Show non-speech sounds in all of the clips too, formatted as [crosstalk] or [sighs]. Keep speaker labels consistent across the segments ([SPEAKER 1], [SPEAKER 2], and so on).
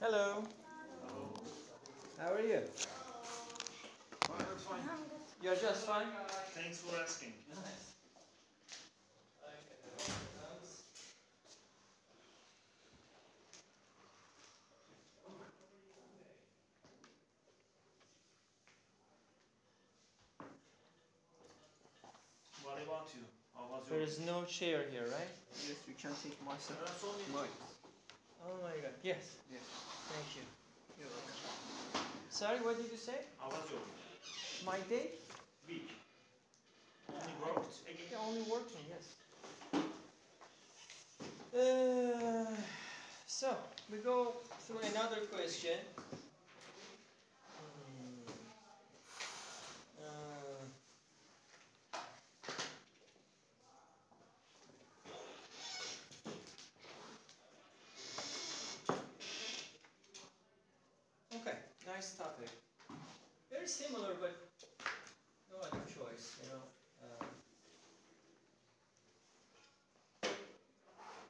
[SPEAKER 1] Hello. How are you?
[SPEAKER 2] Fine, I'm fine.
[SPEAKER 1] You're just fine.
[SPEAKER 2] Thanks for asking. What about you? How was
[SPEAKER 1] There
[SPEAKER 2] your
[SPEAKER 1] is no chair here, right?
[SPEAKER 3] Yes, you can take my
[SPEAKER 2] There
[SPEAKER 3] stuff.
[SPEAKER 2] are so many-
[SPEAKER 3] Mine.
[SPEAKER 1] Oh my God. Yes.
[SPEAKER 3] Yes.
[SPEAKER 1] Thank you.
[SPEAKER 3] You're welcome.
[SPEAKER 1] Sorry, what did you say?
[SPEAKER 2] How was your
[SPEAKER 1] My day?
[SPEAKER 2] week? Only worked again?
[SPEAKER 1] Yeah, only working. Yes. Uh, so we go through another question. Hmm. Uh, Okay, nice topic. Very similar, but no other choice, you know. Um,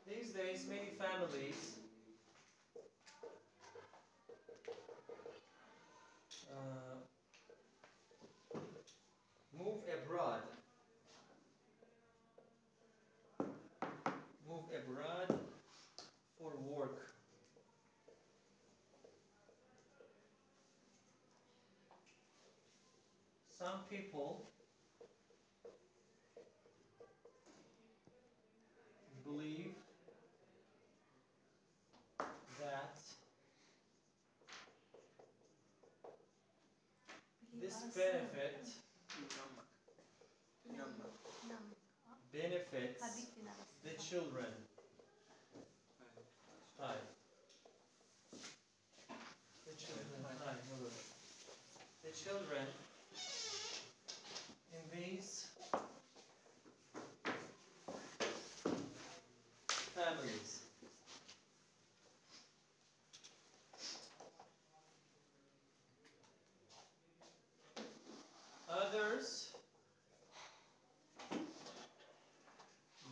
[SPEAKER 1] these days, many families uh, move abroad. Move abroad for work. some people believe that this benefit
[SPEAKER 3] İnanmak. İnanmak.
[SPEAKER 1] benefits the children. Hayır. The children. Hayır, olur. The children in these families. Others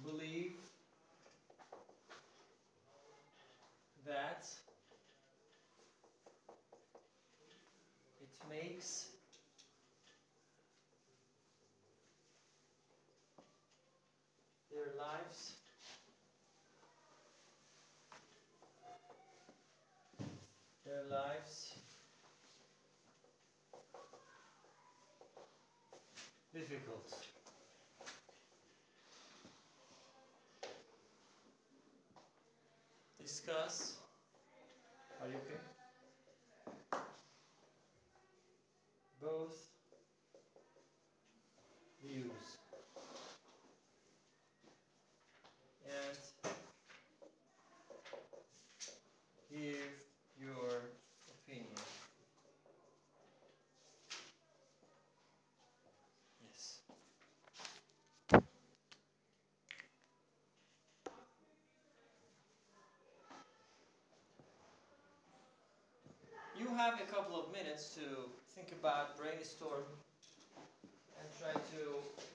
[SPEAKER 1] believe that it makes their lives their lives difficult discuss are you okay both views and give your opinion. Yes. You have a couple of minutes to think about brainstorm and try to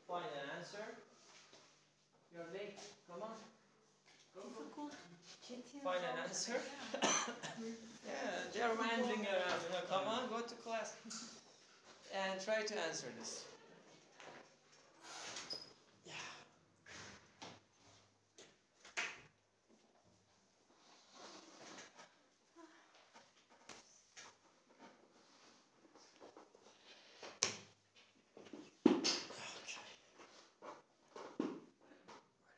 [SPEAKER 1] find an answer. You're late. Come on. Go, go. Find an answer. [laughs] yeah, they're managing around. You know, come on, go to class [laughs] and try to answer this. Yeah. Okay. Where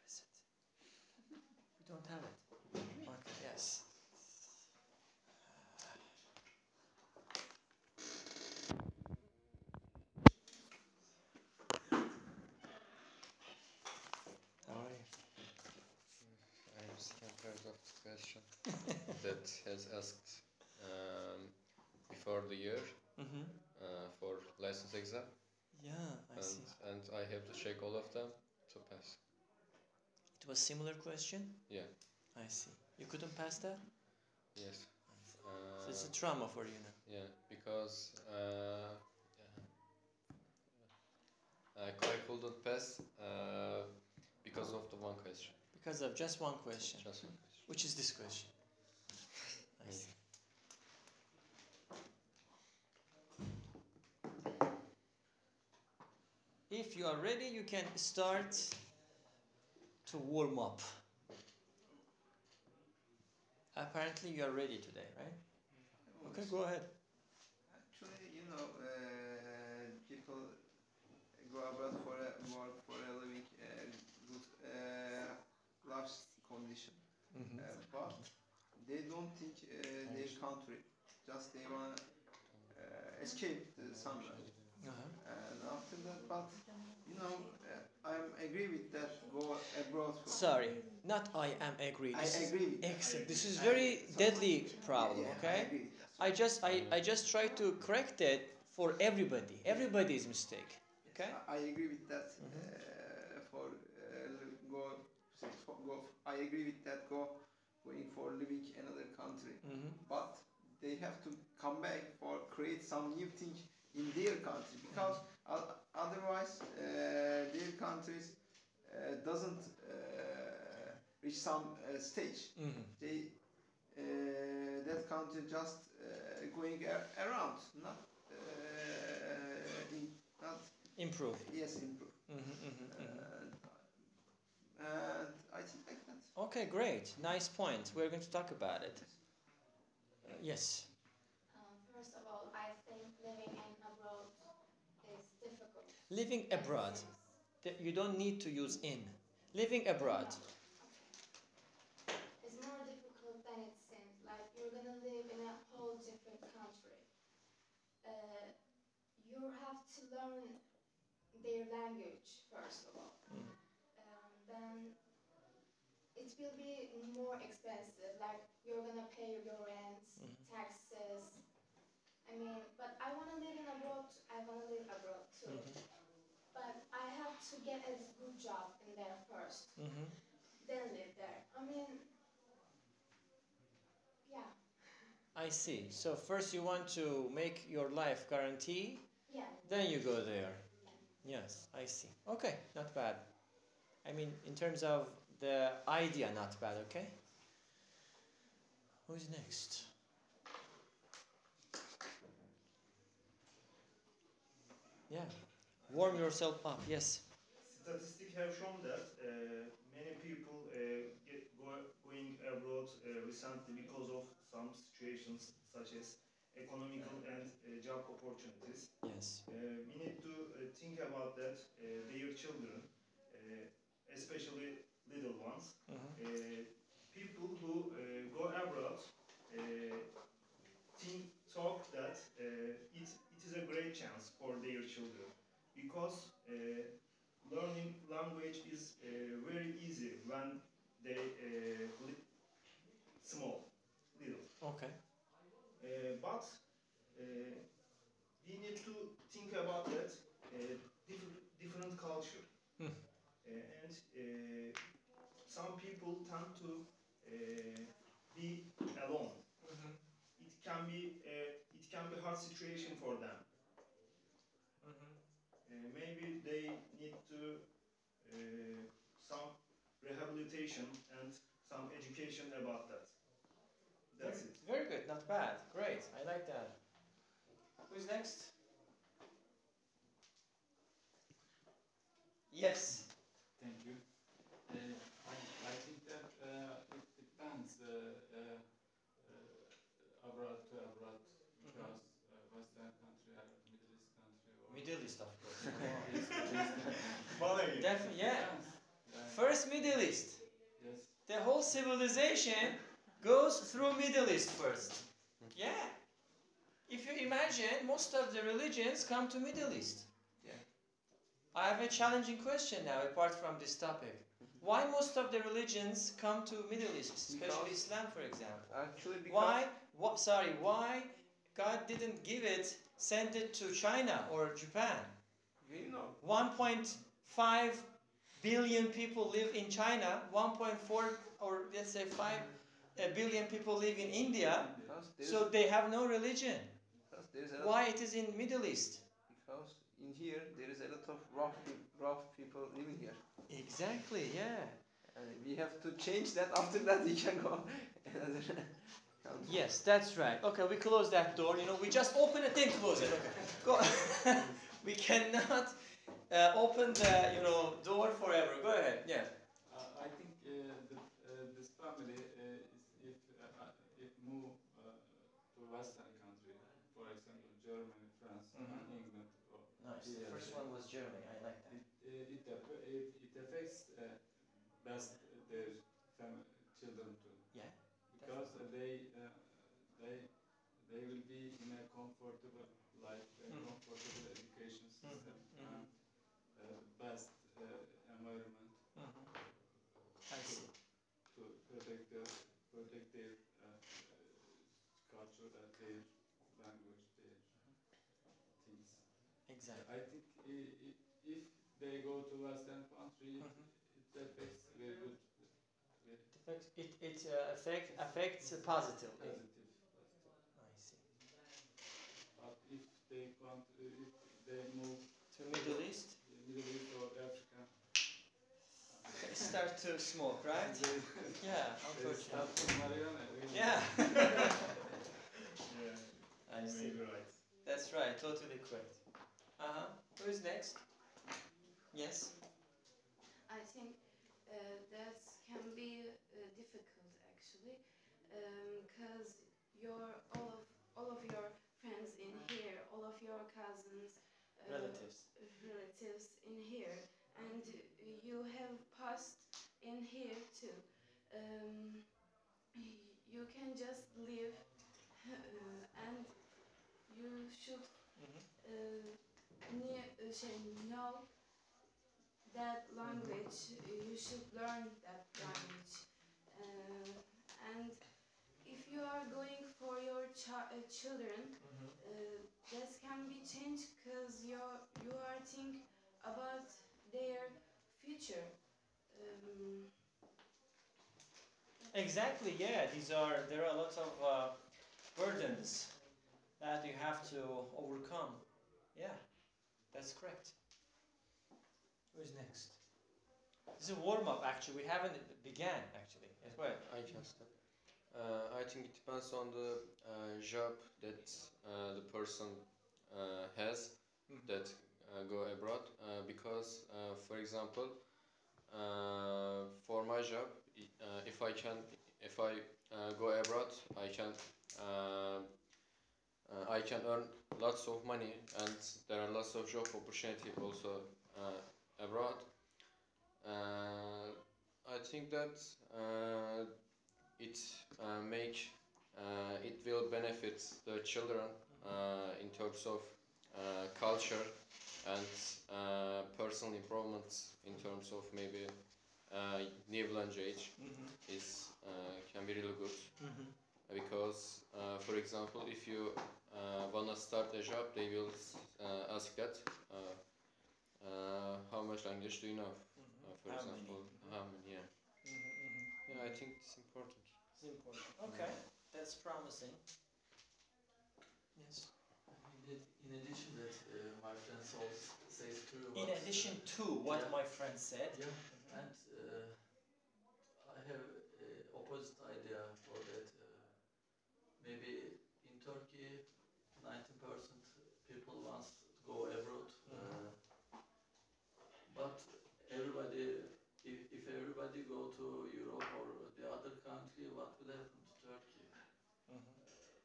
[SPEAKER 1] is it? We don't have it. Okay, yes. How are you?
[SPEAKER 4] I'm scared of the question that has asked um, before the year
[SPEAKER 1] Mm-hmm.
[SPEAKER 4] uh, for license exam,
[SPEAKER 1] Yeah, I
[SPEAKER 4] and,
[SPEAKER 1] see.
[SPEAKER 4] and I have to check all of them to pass.
[SPEAKER 1] It was similar question?
[SPEAKER 4] Yeah.
[SPEAKER 1] I see. You couldn't pass that?
[SPEAKER 4] Yes.
[SPEAKER 1] So it's
[SPEAKER 4] Uh,
[SPEAKER 1] a trauma for you now.
[SPEAKER 4] yeah, because uh, I, I couldn't pass uh, because of the one question.
[SPEAKER 1] Because of just one question,
[SPEAKER 4] Just one question.
[SPEAKER 1] which is this question. [laughs] I
[SPEAKER 4] Yeah.
[SPEAKER 1] see. you are ready, you can start to warm up. Apparently, you are ready today, right? Okay, go ahead.
[SPEAKER 3] Actually, you know, uh, people go abroad for a work for a living uh, good uh, life condition,
[SPEAKER 1] Mm-hmm.
[SPEAKER 3] uh, but they don't think uh, their country. Just they wanna uh, escape the somewhere.
[SPEAKER 1] Uh-huh.
[SPEAKER 3] And after that, but you know, uh, I agree with that. Go abroad. For,
[SPEAKER 1] Sorry, not I am agree.
[SPEAKER 3] I
[SPEAKER 1] This is-
[SPEAKER 3] agree with.
[SPEAKER 1] Excellent. This is
[SPEAKER 3] I
[SPEAKER 1] very
[SPEAKER 3] agree.
[SPEAKER 1] deadly problem.
[SPEAKER 3] Yeah, yeah, I
[SPEAKER 1] Okay.
[SPEAKER 3] agree with that.
[SPEAKER 1] I just I, I just try to correct it for everybody. Everybody's mistake. Okay.
[SPEAKER 3] I- I agree with that.
[SPEAKER 1] Mhm.
[SPEAKER 3] Uh, for uh, go, for go. I agree with that. Go going for living another country,
[SPEAKER 1] hmm
[SPEAKER 3] but they have to come back or create some new thing in their country because o- otherwise uh, their countries uh, doesn't uh, reach some uh, stage.
[SPEAKER 1] hmm
[SPEAKER 3] They uh, that country just uh, going a- around, not uh, in, not
[SPEAKER 1] Improve.
[SPEAKER 3] Yes, improve.
[SPEAKER 1] hmm hmm hmm
[SPEAKER 3] And, and I think like that.
[SPEAKER 1] Okay, great. Nice point. We're going to talk about it. Uh, yes.
[SPEAKER 5] Um, first of all, I think living in abroad is difficult.
[SPEAKER 1] Living abroad. Th- You don't need to use in. Living abroad.
[SPEAKER 3] Mm-hmm.
[SPEAKER 5] It's more difficult than it seems. Like you're gonna live in a whole different country. Uh, you have to learn their language first of all.
[SPEAKER 1] Mm.
[SPEAKER 5] Um, then it will be more expensive. Like you're gonna pay your rent,
[SPEAKER 1] Mhm.
[SPEAKER 5] taxes. I mean, but I wanna live in abroad. I wanna live abroad too.
[SPEAKER 1] Mm-hmm.
[SPEAKER 5] But I have to get a good job in there first,
[SPEAKER 1] hmm
[SPEAKER 5] then live there. I mean, yeah,
[SPEAKER 1] I see. So first you want to make your life guarantee,
[SPEAKER 5] yeah.
[SPEAKER 1] then you go there. Yes, I see. Okay, not bad. I mean, in terms of the idea, not bad. Okay. Who's next? Yeah. Warm yourself up. Yes.
[SPEAKER 2] Statistics have shown that uh, many people uh, get go, going abroad uh, recently because of some situations such as economical and uh, job opportunities.
[SPEAKER 1] Yes.
[SPEAKER 2] Uh, we need to uh, think about that, uh, their children, uh, especially little ones.
[SPEAKER 1] Mhm.
[SPEAKER 2] Uh, people who uh, go abroad uh, think, talk that uh, it, it is a great chance for their children because uh, learning language is uh, very easy when they uh, li- small, little.
[SPEAKER 1] Okay.
[SPEAKER 2] Uh, but uh, we need to think about that uh, different, different culture.
[SPEAKER 1] Hmm.
[SPEAKER 2] Uh, and uh, some people tend to uh, be alone. Mm-hmm. It can be uh, it can be hard situation for them. Uh, maybe they need to uh, some rehabilitation and some education about that. That's it.
[SPEAKER 1] Very good. Not bad. Great. I like that. Who's next? Yes.
[SPEAKER 6] Thank you. Uh, I, I think that uh, it depends uh, uh, uh, abroad to abroad because uh, Western country or [laughs] Middle East country or
[SPEAKER 1] Middle East, of course. [laughs]
[SPEAKER 6] East,
[SPEAKER 2] Ballet.
[SPEAKER 1] Definitely. Yeah.
[SPEAKER 6] Depends.
[SPEAKER 1] First Middle East.
[SPEAKER 6] uh, yes.
[SPEAKER 1] The whole civilization goes through Middle East first. Yeah. If you imagine, most of the religions come to Middle East.
[SPEAKER 6] Yeah.
[SPEAKER 1] I have a challenging question now, apart from this topic. Why most of the religions come to Middle East, especially
[SPEAKER 3] Because-
[SPEAKER 1] Islam, for example?
[SPEAKER 3] Actually, because
[SPEAKER 1] Why? What? Sorry. Why God didn't give it, send it to China or Japan?
[SPEAKER 3] you know,
[SPEAKER 1] 1.5 billion people live in China, 1.4 or let's say 5 a billion people live in India,
[SPEAKER 3] because there's,
[SPEAKER 1] so they have no religion.
[SPEAKER 3] because there's a lot,
[SPEAKER 1] Why it is in Middle East?
[SPEAKER 3] because in here there is a lot of rough, pe- rough people living here,
[SPEAKER 1] Exactly, yeah.
[SPEAKER 3] and we have to change that. [laughs] After that, we can
[SPEAKER 7] [laughs]
[SPEAKER 3] go another country.
[SPEAKER 1] Yes, that's right. Okay, we close [laughs] that door. You know, we just open it, then close it. Okay, go. we cannot uh, open the you know door forever. Go ahead. Yeah.
[SPEAKER 6] Uh, I think uh, the, uh, this family uh, is if uh, uh, if move uh, to Western country, for example, Germany, France,
[SPEAKER 1] Mhm.
[SPEAKER 6] and England, or
[SPEAKER 1] Nice.
[SPEAKER 6] Yeah.
[SPEAKER 1] The first one was Germany. I like that.
[SPEAKER 6] it uh, it, aff- it, it affects uh, best their fam- children too.
[SPEAKER 1] Yeah,
[SPEAKER 6] Because uh, they uh, they they will be in a comfortable uh, life, a
[SPEAKER 1] Mhm.
[SPEAKER 6] comfortable education system,
[SPEAKER 1] mhm.
[SPEAKER 6] and uh, best uh, environment
[SPEAKER 1] Mhm. I see.
[SPEAKER 6] to protect their protect their uh, uh, culture, uh, their language, their things.
[SPEAKER 1] Exactly.
[SPEAKER 6] I think i- i- if they go to Western country,
[SPEAKER 1] Mhm.
[SPEAKER 6] it affects very good, very
[SPEAKER 1] It affects it, it uh, affect, affects positively.
[SPEAKER 6] positive.
[SPEAKER 1] Oh, I see.
[SPEAKER 6] But if they come, if they move
[SPEAKER 1] To Middle East,
[SPEAKER 6] to Middle East or Africa,
[SPEAKER 1] they start to smoke, right?
[SPEAKER 6] they,
[SPEAKER 1] Yeah,
[SPEAKER 6] they start
[SPEAKER 1] unfortunately.
[SPEAKER 6] to marijuana. really.
[SPEAKER 1] Yeah.
[SPEAKER 2] Yeah,
[SPEAKER 1] I see.
[SPEAKER 2] maybe right.
[SPEAKER 1] That's right. Totally correct. Uh huh. Who is next? Yes.
[SPEAKER 8] I think uh, that can be uh, difficult actually, because your all of all of your friends in here, all of your cousins, uh,
[SPEAKER 1] Relatives.
[SPEAKER 8] relatives in here, and you have passed in here too. Um, y- you can just leave, uh, and you should
[SPEAKER 1] Mhm.
[SPEAKER 8] uh, ne- uh, şey, know that language. You should learn that language. Uh, and if you are going for your chi- uh, children,
[SPEAKER 1] Mhm.
[SPEAKER 8] uh, that can be changed because you you are think about their future. Um,
[SPEAKER 1] Exactly. Yeah. These are there are lots of uh, burdens that you have to overcome. Yeah, that's correct. Who's next? This is a warm up. Actually, we haven't began actually as well.
[SPEAKER 4] I can start. Uh, I think it depends on the uh, job that uh, the person uh, has
[SPEAKER 1] Mhm.
[SPEAKER 4] that uh, go abroad. Uh, because, uh, for example, uh, for my job, i- uh, if I can, if I uh, go abroad, I can, uh, uh, I can earn lots of money, and there are lots of job opportunity also uh, abroad. Uh, I think that uh, it uh, make uh, it will benefit the children uh, in terms of uh, culture and uh, personal improvements in terms of maybe uh, new language
[SPEAKER 1] Mm-hmm.
[SPEAKER 4] is uh, can be really good
[SPEAKER 1] Mm-hmm.
[SPEAKER 4] because uh, for example if you uh, wanna start a job they will uh, ask that uh, uh, how much language do you know uh, for
[SPEAKER 1] Mm-hmm. How many? Mm-hmm,
[SPEAKER 4] example how many yeah. yeah I think it's important
[SPEAKER 1] It's important.
[SPEAKER 4] Mm-hmm.
[SPEAKER 1] Okay, that's promising. Yes.
[SPEAKER 7] In addition that uh, my friend Saul says true
[SPEAKER 1] In
[SPEAKER 7] what,
[SPEAKER 1] addition to what
[SPEAKER 7] Yeah.
[SPEAKER 1] my friend said.
[SPEAKER 7] yeah, and uh, I have uh, opposite idea for that. Uh, maybe in Turkey, 90% people wants to go abroad, uh, but everybody, if, if everybody go to Europe or the other country, what will happen to Turkey?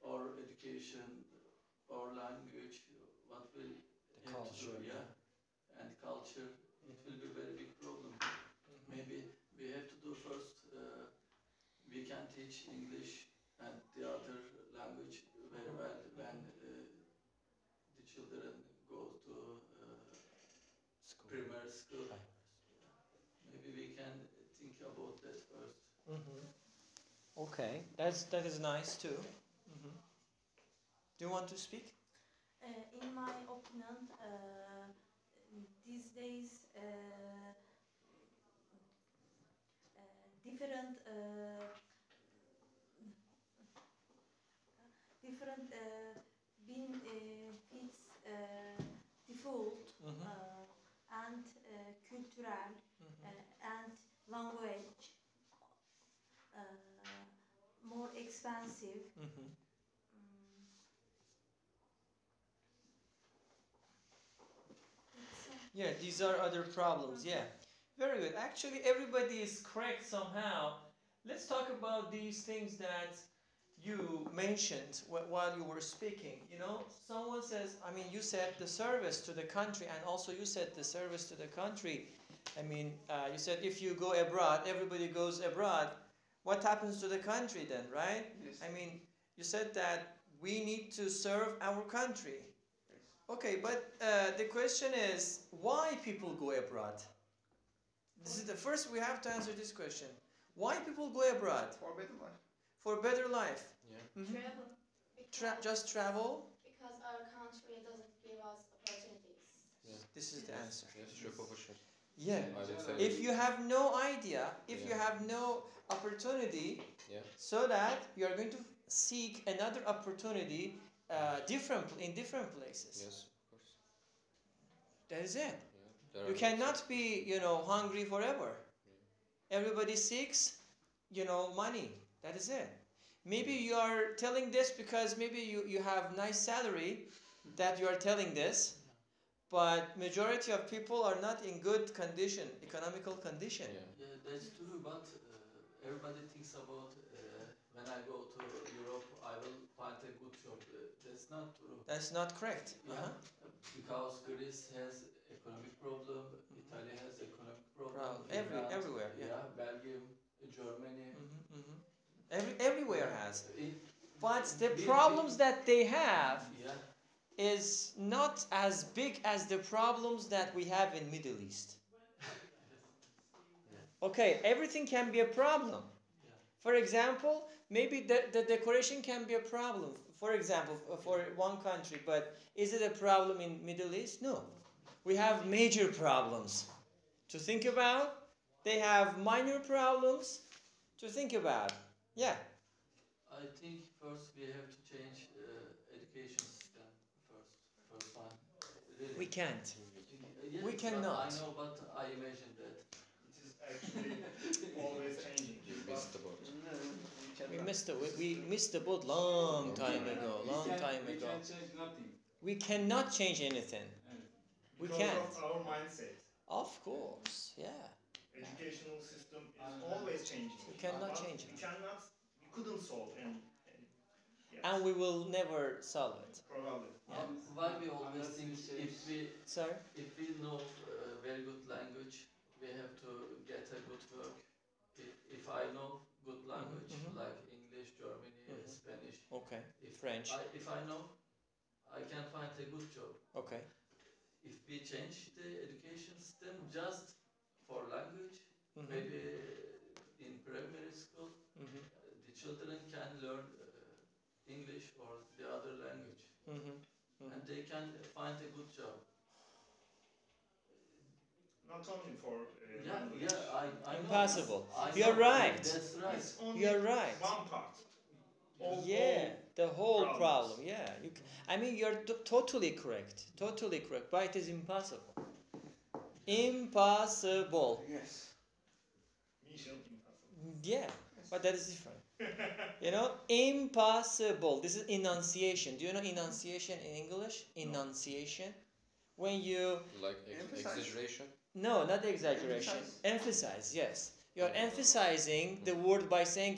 [SPEAKER 7] Or education, or language, what will
[SPEAKER 1] The
[SPEAKER 7] have to do,
[SPEAKER 1] culture.
[SPEAKER 7] yeah, and culture. It will be very big problem.
[SPEAKER 1] Mm-hmm.
[SPEAKER 7] Maybe we have to do first. Uh, we can teach English and the other language very well when uh, the children go to uh, primary school.
[SPEAKER 1] Right.
[SPEAKER 7] Maybe we can think about that first.
[SPEAKER 1] Mm-hmm. Okay, that's that is nice too. Mm-hmm. Do you want to speak?
[SPEAKER 8] Uh, in my opinion, uh, these days uh, uh, different uh, different uh, been uh, kids uh, default
[SPEAKER 1] Mm-hmm.
[SPEAKER 8] uh, and uh, cultural uh, and language uh, more expensive.
[SPEAKER 1] Mm-hmm.
[SPEAKER 8] Mm. It's, uh,
[SPEAKER 1] Yeah, these are other problems. Yeah, very good. Actually, everybody is correct somehow. Let's talk about these things that you mentioned wh- while you were speaking. You know, someone says, I mean, you said the service to the country, and also you said the service to the country. I mean, uh, you said if you go abroad, everybody goes abroad. What happens to the country then, right?
[SPEAKER 3] Yes.
[SPEAKER 1] I mean, you said that we need to serve our country. Okay, but uh, the question is why people go abroad? This is the first we have to answer this question. Why people go abroad?
[SPEAKER 3] For better life.
[SPEAKER 1] For better life.
[SPEAKER 8] Travel.
[SPEAKER 1] Mhm. Tra- just travel.
[SPEAKER 5] because our country doesn't give us opportunities.
[SPEAKER 1] This is the answer.
[SPEAKER 4] Yes, job opportunity.
[SPEAKER 1] Yeah.
[SPEAKER 4] I would say.
[SPEAKER 1] If you have no idea, if you
[SPEAKER 4] Yeah.
[SPEAKER 1] have no opportunity,
[SPEAKER 4] Yeah.
[SPEAKER 1] so that you are going to seek another opportunity uh, different in different places.
[SPEAKER 4] Yes, of course.
[SPEAKER 1] That is it.
[SPEAKER 4] Yeah. There
[SPEAKER 1] You
[SPEAKER 4] are-
[SPEAKER 1] cannot be, you know, hungry forever. Everybody seeks, you know, money. That is it. Maybe you are telling this because maybe you, you have nice salary that you are telling this, but majority of people are not in good condition, economical condition.
[SPEAKER 4] Yeah.
[SPEAKER 7] Yeah, that's true, but uh, everybody thinks about uh, when I go to Europe, I will find a good job. Uh, that's not true.
[SPEAKER 1] That's not correct.
[SPEAKER 7] Yeah.
[SPEAKER 1] Uh-huh.
[SPEAKER 7] Because Greece has economic problem, Italy has economic problem.
[SPEAKER 1] Mm-hmm. Problem. Every,
[SPEAKER 7] Finland,
[SPEAKER 1] everywhere. Yeah.
[SPEAKER 7] Belgium, Germany.
[SPEAKER 1] hmm hmm Every, everywhere has.
[SPEAKER 7] It-
[SPEAKER 1] But the
[SPEAKER 7] big- big-
[SPEAKER 1] problems that they have
[SPEAKER 7] yeah,
[SPEAKER 1] is not as big as the problems that we have in Middle East. Okay, everything can be a problem. For example, maybe the, the decoration can be a problem. For example, f- for one country, but is it a problem in Middle East? No. We have major problems to think about. They have minor problems to think about. Yeah.
[SPEAKER 7] I think first we have to change uh, education system first. First one. Really.
[SPEAKER 1] We can't.
[SPEAKER 7] Yes,
[SPEAKER 1] we
[SPEAKER 7] but I
[SPEAKER 1] cannot.
[SPEAKER 7] know, but I imagine that.
[SPEAKER 2] It is
[SPEAKER 1] [laughs]
[SPEAKER 2] actually always changing.
[SPEAKER 4] You
[SPEAKER 2] But
[SPEAKER 4] missed the boat.
[SPEAKER 3] No, we
[SPEAKER 1] We
[SPEAKER 3] cannot.
[SPEAKER 1] missed the we missed the boat long time ago.
[SPEAKER 6] We
[SPEAKER 1] Long
[SPEAKER 6] can-
[SPEAKER 1] time
[SPEAKER 6] We
[SPEAKER 1] ago.
[SPEAKER 6] can change nothing.
[SPEAKER 1] We cannot change anything. We
[SPEAKER 2] because
[SPEAKER 1] can't.
[SPEAKER 2] of our mindset,
[SPEAKER 1] Of course, yeah.
[SPEAKER 2] educational system is
[SPEAKER 6] Uh,
[SPEAKER 2] always changing.
[SPEAKER 1] We cannot
[SPEAKER 2] But
[SPEAKER 1] change
[SPEAKER 2] We
[SPEAKER 1] it.
[SPEAKER 2] cannot. We couldn't solve and. and yes,
[SPEAKER 1] And we will never solve it.
[SPEAKER 2] probably.
[SPEAKER 7] Um, why we always
[SPEAKER 6] Unless
[SPEAKER 7] think
[SPEAKER 6] we change-
[SPEAKER 7] if we
[SPEAKER 1] Sorry?
[SPEAKER 7] If we know uh, very good language, we have to get a good work. If, if I know good language
[SPEAKER 1] mhm.
[SPEAKER 7] like English, German, uh,
[SPEAKER 1] Mhm.
[SPEAKER 7] Spanish,
[SPEAKER 1] Okay.
[SPEAKER 7] if
[SPEAKER 1] French.
[SPEAKER 7] I, if I know, I can find a good job.
[SPEAKER 1] Okay.
[SPEAKER 7] If we change the education system just for language,
[SPEAKER 1] Mhm,
[SPEAKER 7] maybe in primary school,
[SPEAKER 1] mhm,
[SPEAKER 7] uh, the children can learn uh, English or the other language,
[SPEAKER 1] mhm. Mhm.
[SPEAKER 7] and they can find a good job.
[SPEAKER 2] Not only for. Uh,
[SPEAKER 7] Yeah,
[SPEAKER 2] language.
[SPEAKER 7] yeah, I, I know.
[SPEAKER 1] Impossible.
[SPEAKER 7] I
[SPEAKER 1] You're
[SPEAKER 7] know.
[SPEAKER 1] right.
[SPEAKER 7] That's right.
[SPEAKER 2] It's only
[SPEAKER 1] You're right.
[SPEAKER 2] one part. All-
[SPEAKER 1] Yeah, the whole
[SPEAKER 2] Problems.
[SPEAKER 1] problem. Yeah. You c- I mean, you're t- totally correct. Totally correct. But it is impossible. Impossible.
[SPEAKER 3] Yes.
[SPEAKER 2] Mission impossible.
[SPEAKER 1] Yeah. But that is different. You know, impossible. This is enunciation. Do you know enunciation in English? Enunciation. When you
[SPEAKER 4] Like ex-
[SPEAKER 3] Emphasize.
[SPEAKER 4] exaggeration.
[SPEAKER 1] No, not exaggeration. Emphasize, yes. You're emphasizing the word by saying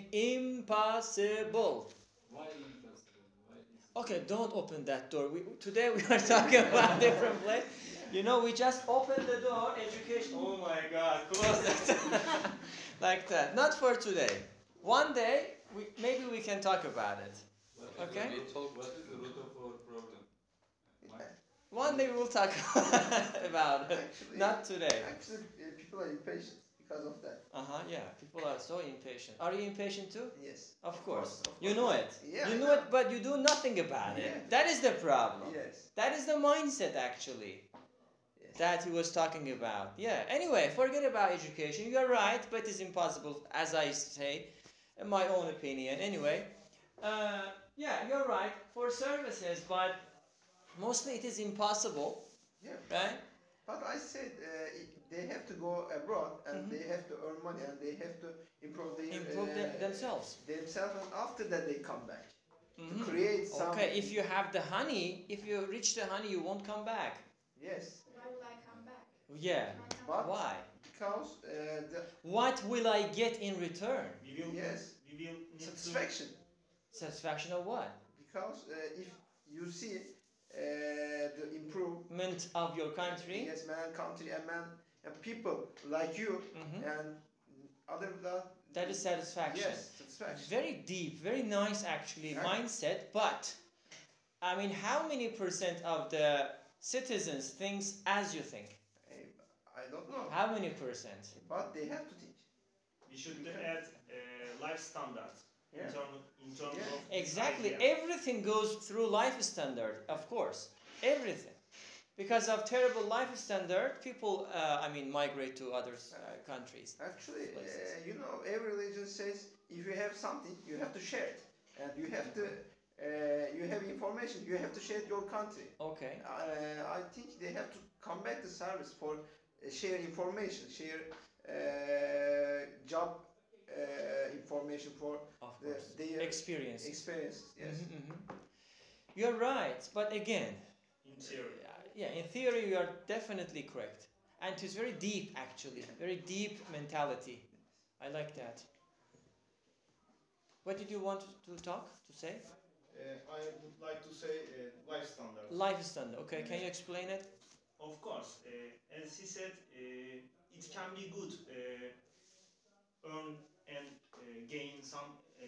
[SPEAKER 1] impossible.
[SPEAKER 6] Why impossible? Why is
[SPEAKER 1] Okay, don't open that door. We, today we are talking [laughs] about different place. You know, we just opened the door, education. Oh my God, close that. [laughs] like that. Not for today. One day, we, maybe we can talk about it.
[SPEAKER 6] what is
[SPEAKER 1] Okay.
[SPEAKER 6] the
[SPEAKER 4] We
[SPEAKER 6] root-
[SPEAKER 4] talked
[SPEAKER 6] What is the root of our problem? Why?
[SPEAKER 1] One day we will talk [laughs] about it.
[SPEAKER 3] Actually,
[SPEAKER 1] Not today.
[SPEAKER 3] actually uh, people are impatient because of that.
[SPEAKER 1] Uh huh, yeah. People are so impatient. Are you impatient too?
[SPEAKER 3] Yes.
[SPEAKER 1] Of course.
[SPEAKER 3] Of
[SPEAKER 1] You know it.
[SPEAKER 3] Yeah.
[SPEAKER 1] You know it, but you do nothing about it.
[SPEAKER 3] Yeah.
[SPEAKER 1] That is the problem.
[SPEAKER 3] Yes.
[SPEAKER 1] That is the mindset, actually,
[SPEAKER 3] Yes.
[SPEAKER 1] that he was talking about. Yeah, anyway, forget about education. You're right, but it's impossible, as I say, in my own opinion. Anyway, uh, yeah, you're right for services, but mostly it is impossible,
[SPEAKER 3] Yeah.
[SPEAKER 1] right?
[SPEAKER 3] But I said uh, it- they have to go abroad and
[SPEAKER 1] Mhm.
[SPEAKER 3] they have to earn money and they have to improve their
[SPEAKER 1] Improve
[SPEAKER 3] uh,
[SPEAKER 1] them- themselves.
[SPEAKER 3] themselves and after that they come back to
[SPEAKER 1] Mhm.
[SPEAKER 3] create some.
[SPEAKER 1] Okay, if you have the honey, if you reach the honey, you won't come back.
[SPEAKER 3] yes.
[SPEAKER 5] Why will I come back?
[SPEAKER 1] Yeah.
[SPEAKER 3] But-
[SPEAKER 1] Why?
[SPEAKER 3] Because uh, the
[SPEAKER 1] What will I get in return?
[SPEAKER 2] We will,
[SPEAKER 3] Yes.
[SPEAKER 2] we will need to-
[SPEAKER 3] satisfaction.
[SPEAKER 1] Satisfaction of what?
[SPEAKER 3] Because uh, if you see uh, the improvement
[SPEAKER 1] Mint of your country.
[SPEAKER 3] yes, man, country, and man, and people like you
[SPEAKER 1] Mhm.
[SPEAKER 3] and other that
[SPEAKER 1] That is satisfaction.
[SPEAKER 3] yes, satisfaction.
[SPEAKER 1] Very deep, very nice actually
[SPEAKER 3] Right.
[SPEAKER 1] mindset. But I mean, how many percent of the citizens thinks as you think?
[SPEAKER 3] I don't know,
[SPEAKER 1] How many percent?
[SPEAKER 3] but they have to think.
[SPEAKER 2] We should add uh, life standards
[SPEAKER 3] Yeah.
[SPEAKER 2] in, term, in terms
[SPEAKER 3] Yeah.
[SPEAKER 2] of this
[SPEAKER 1] Exactly.
[SPEAKER 2] idea.
[SPEAKER 1] Everything goes through life standard, of course. Everything. Because of terrible life standard, people, uh, I mean, migrate to other uh, countries.
[SPEAKER 3] Actually, uh,
[SPEAKER 1] Places.
[SPEAKER 3] you know, every religion says if you have something, you have to share it, and you have to, uh, you have information, you have to share your country.
[SPEAKER 1] Okay.
[SPEAKER 3] Uh, I think they have to come back the service for uh, share information, share uh, job uh, information for
[SPEAKER 1] Of
[SPEAKER 3] the,
[SPEAKER 1] course. Mm-hmm.
[SPEAKER 3] their
[SPEAKER 1] Experience.
[SPEAKER 3] experiences. Yes.
[SPEAKER 1] You're right, but again,
[SPEAKER 2] in theory.
[SPEAKER 1] uh, yeah, in theory you are definitely correct, and it's very deep actually, very deep mentality. I like that. What did you want to talk to say?
[SPEAKER 2] I would like to say uh, life standards.
[SPEAKER 1] Life standard. Okay, can you explain it?
[SPEAKER 2] Of course, uh, as he said, uh, it can be good uh, earn and uh, gain some uh,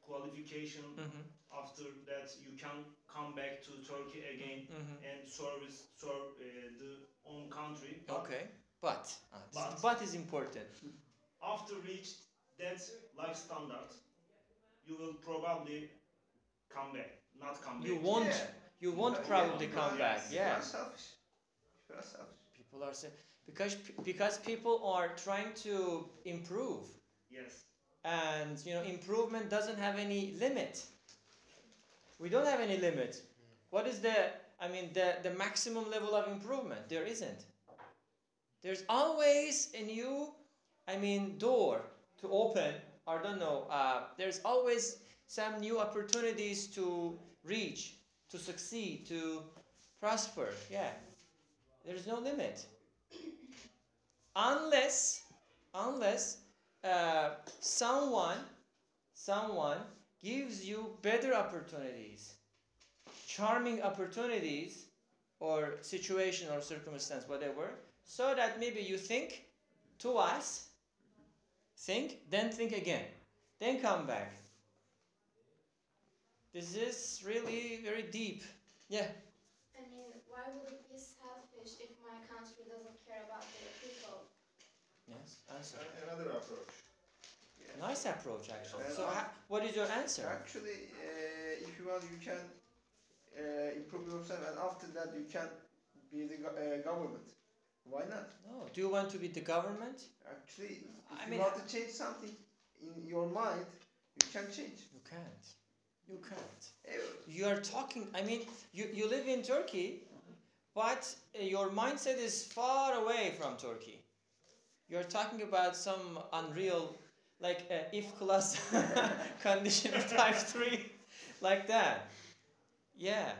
[SPEAKER 2] qualification.
[SPEAKER 1] Mm-hmm.
[SPEAKER 2] After that, you can come back to Turkey again
[SPEAKER 1] Mm-hmm.
[SPEAKER 2] and service serve uh, the own country. But
[SPEAKER 1] Okay, but uh, but.
[SPEAKER 2] But.
[SPEAKER 1] is important.
[SPEAKER 2] After reach that life standard, you will probably come back. Not come back.
[SPEAKER 1] You won't
[SPEAKER 3] Yeah.
[SPEAKER 1] you won't
[SPEAKER 3] Yeah,
[SPEAKER 1] probably
[SPEAKER 2] yeah,
[SPEAKER 1] come
[SPEAKER 2] yeah,
[SPEAKER 1] back.
[SPEAKER 2] yes,
[SPEAKER 3] You are
[SPEAKER 1] Yeah,
[SPEAKER 3] selfish. You are selfish.
[SPEAKER 1] people are saying because because people are trying to improve,
[SPEAKER 2] Yes.
[SPEAKER 1] and you know improvement doesn't have any limit. We don't have any limit. What is the I mean the the maximum level of improvement? There isn't. There's always a new I mean door to open. I don't know. Uh, there's always some new opportunities to reach, to succeed, to prosper. Yeah, there's no limit, unless unless uh, someone someone gives you better opportunities, charming opportunities, or situation or circumstance, whatever, so that maybe you think twice, think, then think again, then come back. This is really very deep. Yeah.
[SPEAKER 5] I mean, why would it be selfish if my country doesn't care about their people?
[SPEAKER 1] Yes. Answer.
[SPEAKER 2] Another approach.
[SPEAKER 3] Yeah.
[SPEAKER 1] Nice approach, actually.
[SPEAKER 3] Yeah.
[SPEAKER 1] So, ha- what is your answer?
[SPEAKER 3] Actually, uh, if you want, you can uh, improve yourself, and after that, you can be the go- uh, government. Why not?
[SPEAKER 1] No. Do you want to be the government?
[SPEAKER 3] Actually, if
[SPEAKER 1] I
[SPEAKER 3] you
[SPEAKER 1] mean-
[SPEAKER 3] want to change something in your mind, you can change.
[SPEAKER 1] You can't. You can't.
[SPEAKER 3] Eh,
[SPEAKER 1] You are talking. I mean, you you live in Turkey, but uh, your mindset is far away from Turkey. You are talking about some unreal, like uh, if class [laughs] condition of type three, like that. Yeah.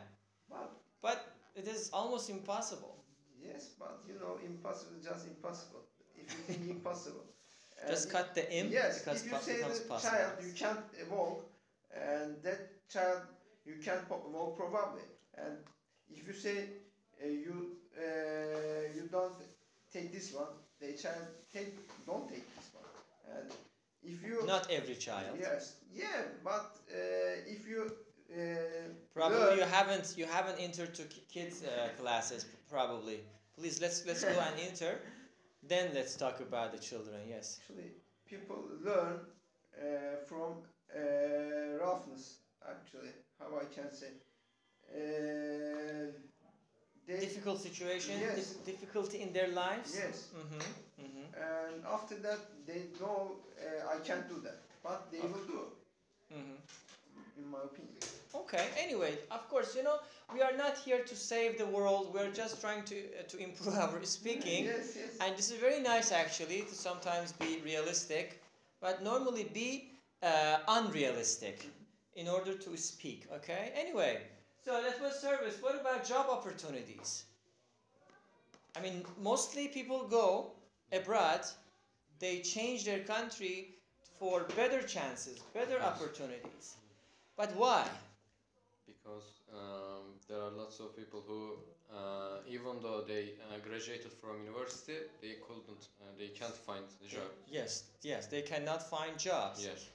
[SPEAKER 3] But
[SPEAKER 1] But it is almost impossible.
[SPEAKER 3] yes, but you know, impossible, just impossible. If you
[SPEAKER 1] [laughs]
[SPEAKER 3] think impossible, And
[SPEAKER 1] Just
[SPEAKER 3] if-
[SPEAKER 1] cut the im
[SPEAKER 3] Uh, Yes,
[SPEAKER 1] because
[SPEAKER 3] if you
[SPEAKER 1] po-
[SPEAKER 3] say
[SPEAKER 1] becomes
[SPEAKER 3] the
[SPEAKER 1] possible.
[SPEAKER 3] child you can't uh, walk, and that child you can't po- walk probably, and if you say uh, you uh, you don't take this one, the child take don't take this one, and if you
[SPEAKER 1] Not every child.
[SPEAKER 3] yes yeah, but uh, if you uh,
[SPEAKER 1] Probably
[SPEAKER 3] learn-
[SPEAKER 1] you haven't you haven't entered to ki- kids uh, classes probably. Please let's let's go and enter. Then let's talk about the children. Yes.
[SPEAKER 3] Actually, people learn uh, from uh, roughness. Actually, how I can say, uh, they
[SPEAKER 1] Difficult situation, dif-
[SPEAKER 3] Yes.
[SPEAKER 1] difficulty in their lives.
[SPEAKER 3] yes,
[SPEAKER 1] Mhm. Mhm.
[SPEAKER 3] and after that they know uh, I can't do that, but they will do,
[SPEAKER 1] Mhm.
[SPEAKER 3] in my opinion.
[SPEAKER 1] Okay. Anyway, of course, you know, we are not here to save the world. We are just trying to uh, to improve our [laughs] speaking.
[SPEAKER 3] Yes, yes.
[SPEAKER 1] And this is very nice actually to sometimes be realistic, but normally be uh, unrealistic in order to speak, okay? Anyway, so that was service. What about job opportunities? I mean, mostly people go abroad, they change their country for better chances, better
[SPEAKER 4] Yes.
[SPEAKER 1] opportunities. But why?
[SPEAKER 4] because um, there are lots of people who, uh, even though they uh, graduated from university, they couldn't, uh, they can't find a job.
[SPEAKER 1] Yes, yes, they cannot find jobs.
[SPEAKER 4] Yes,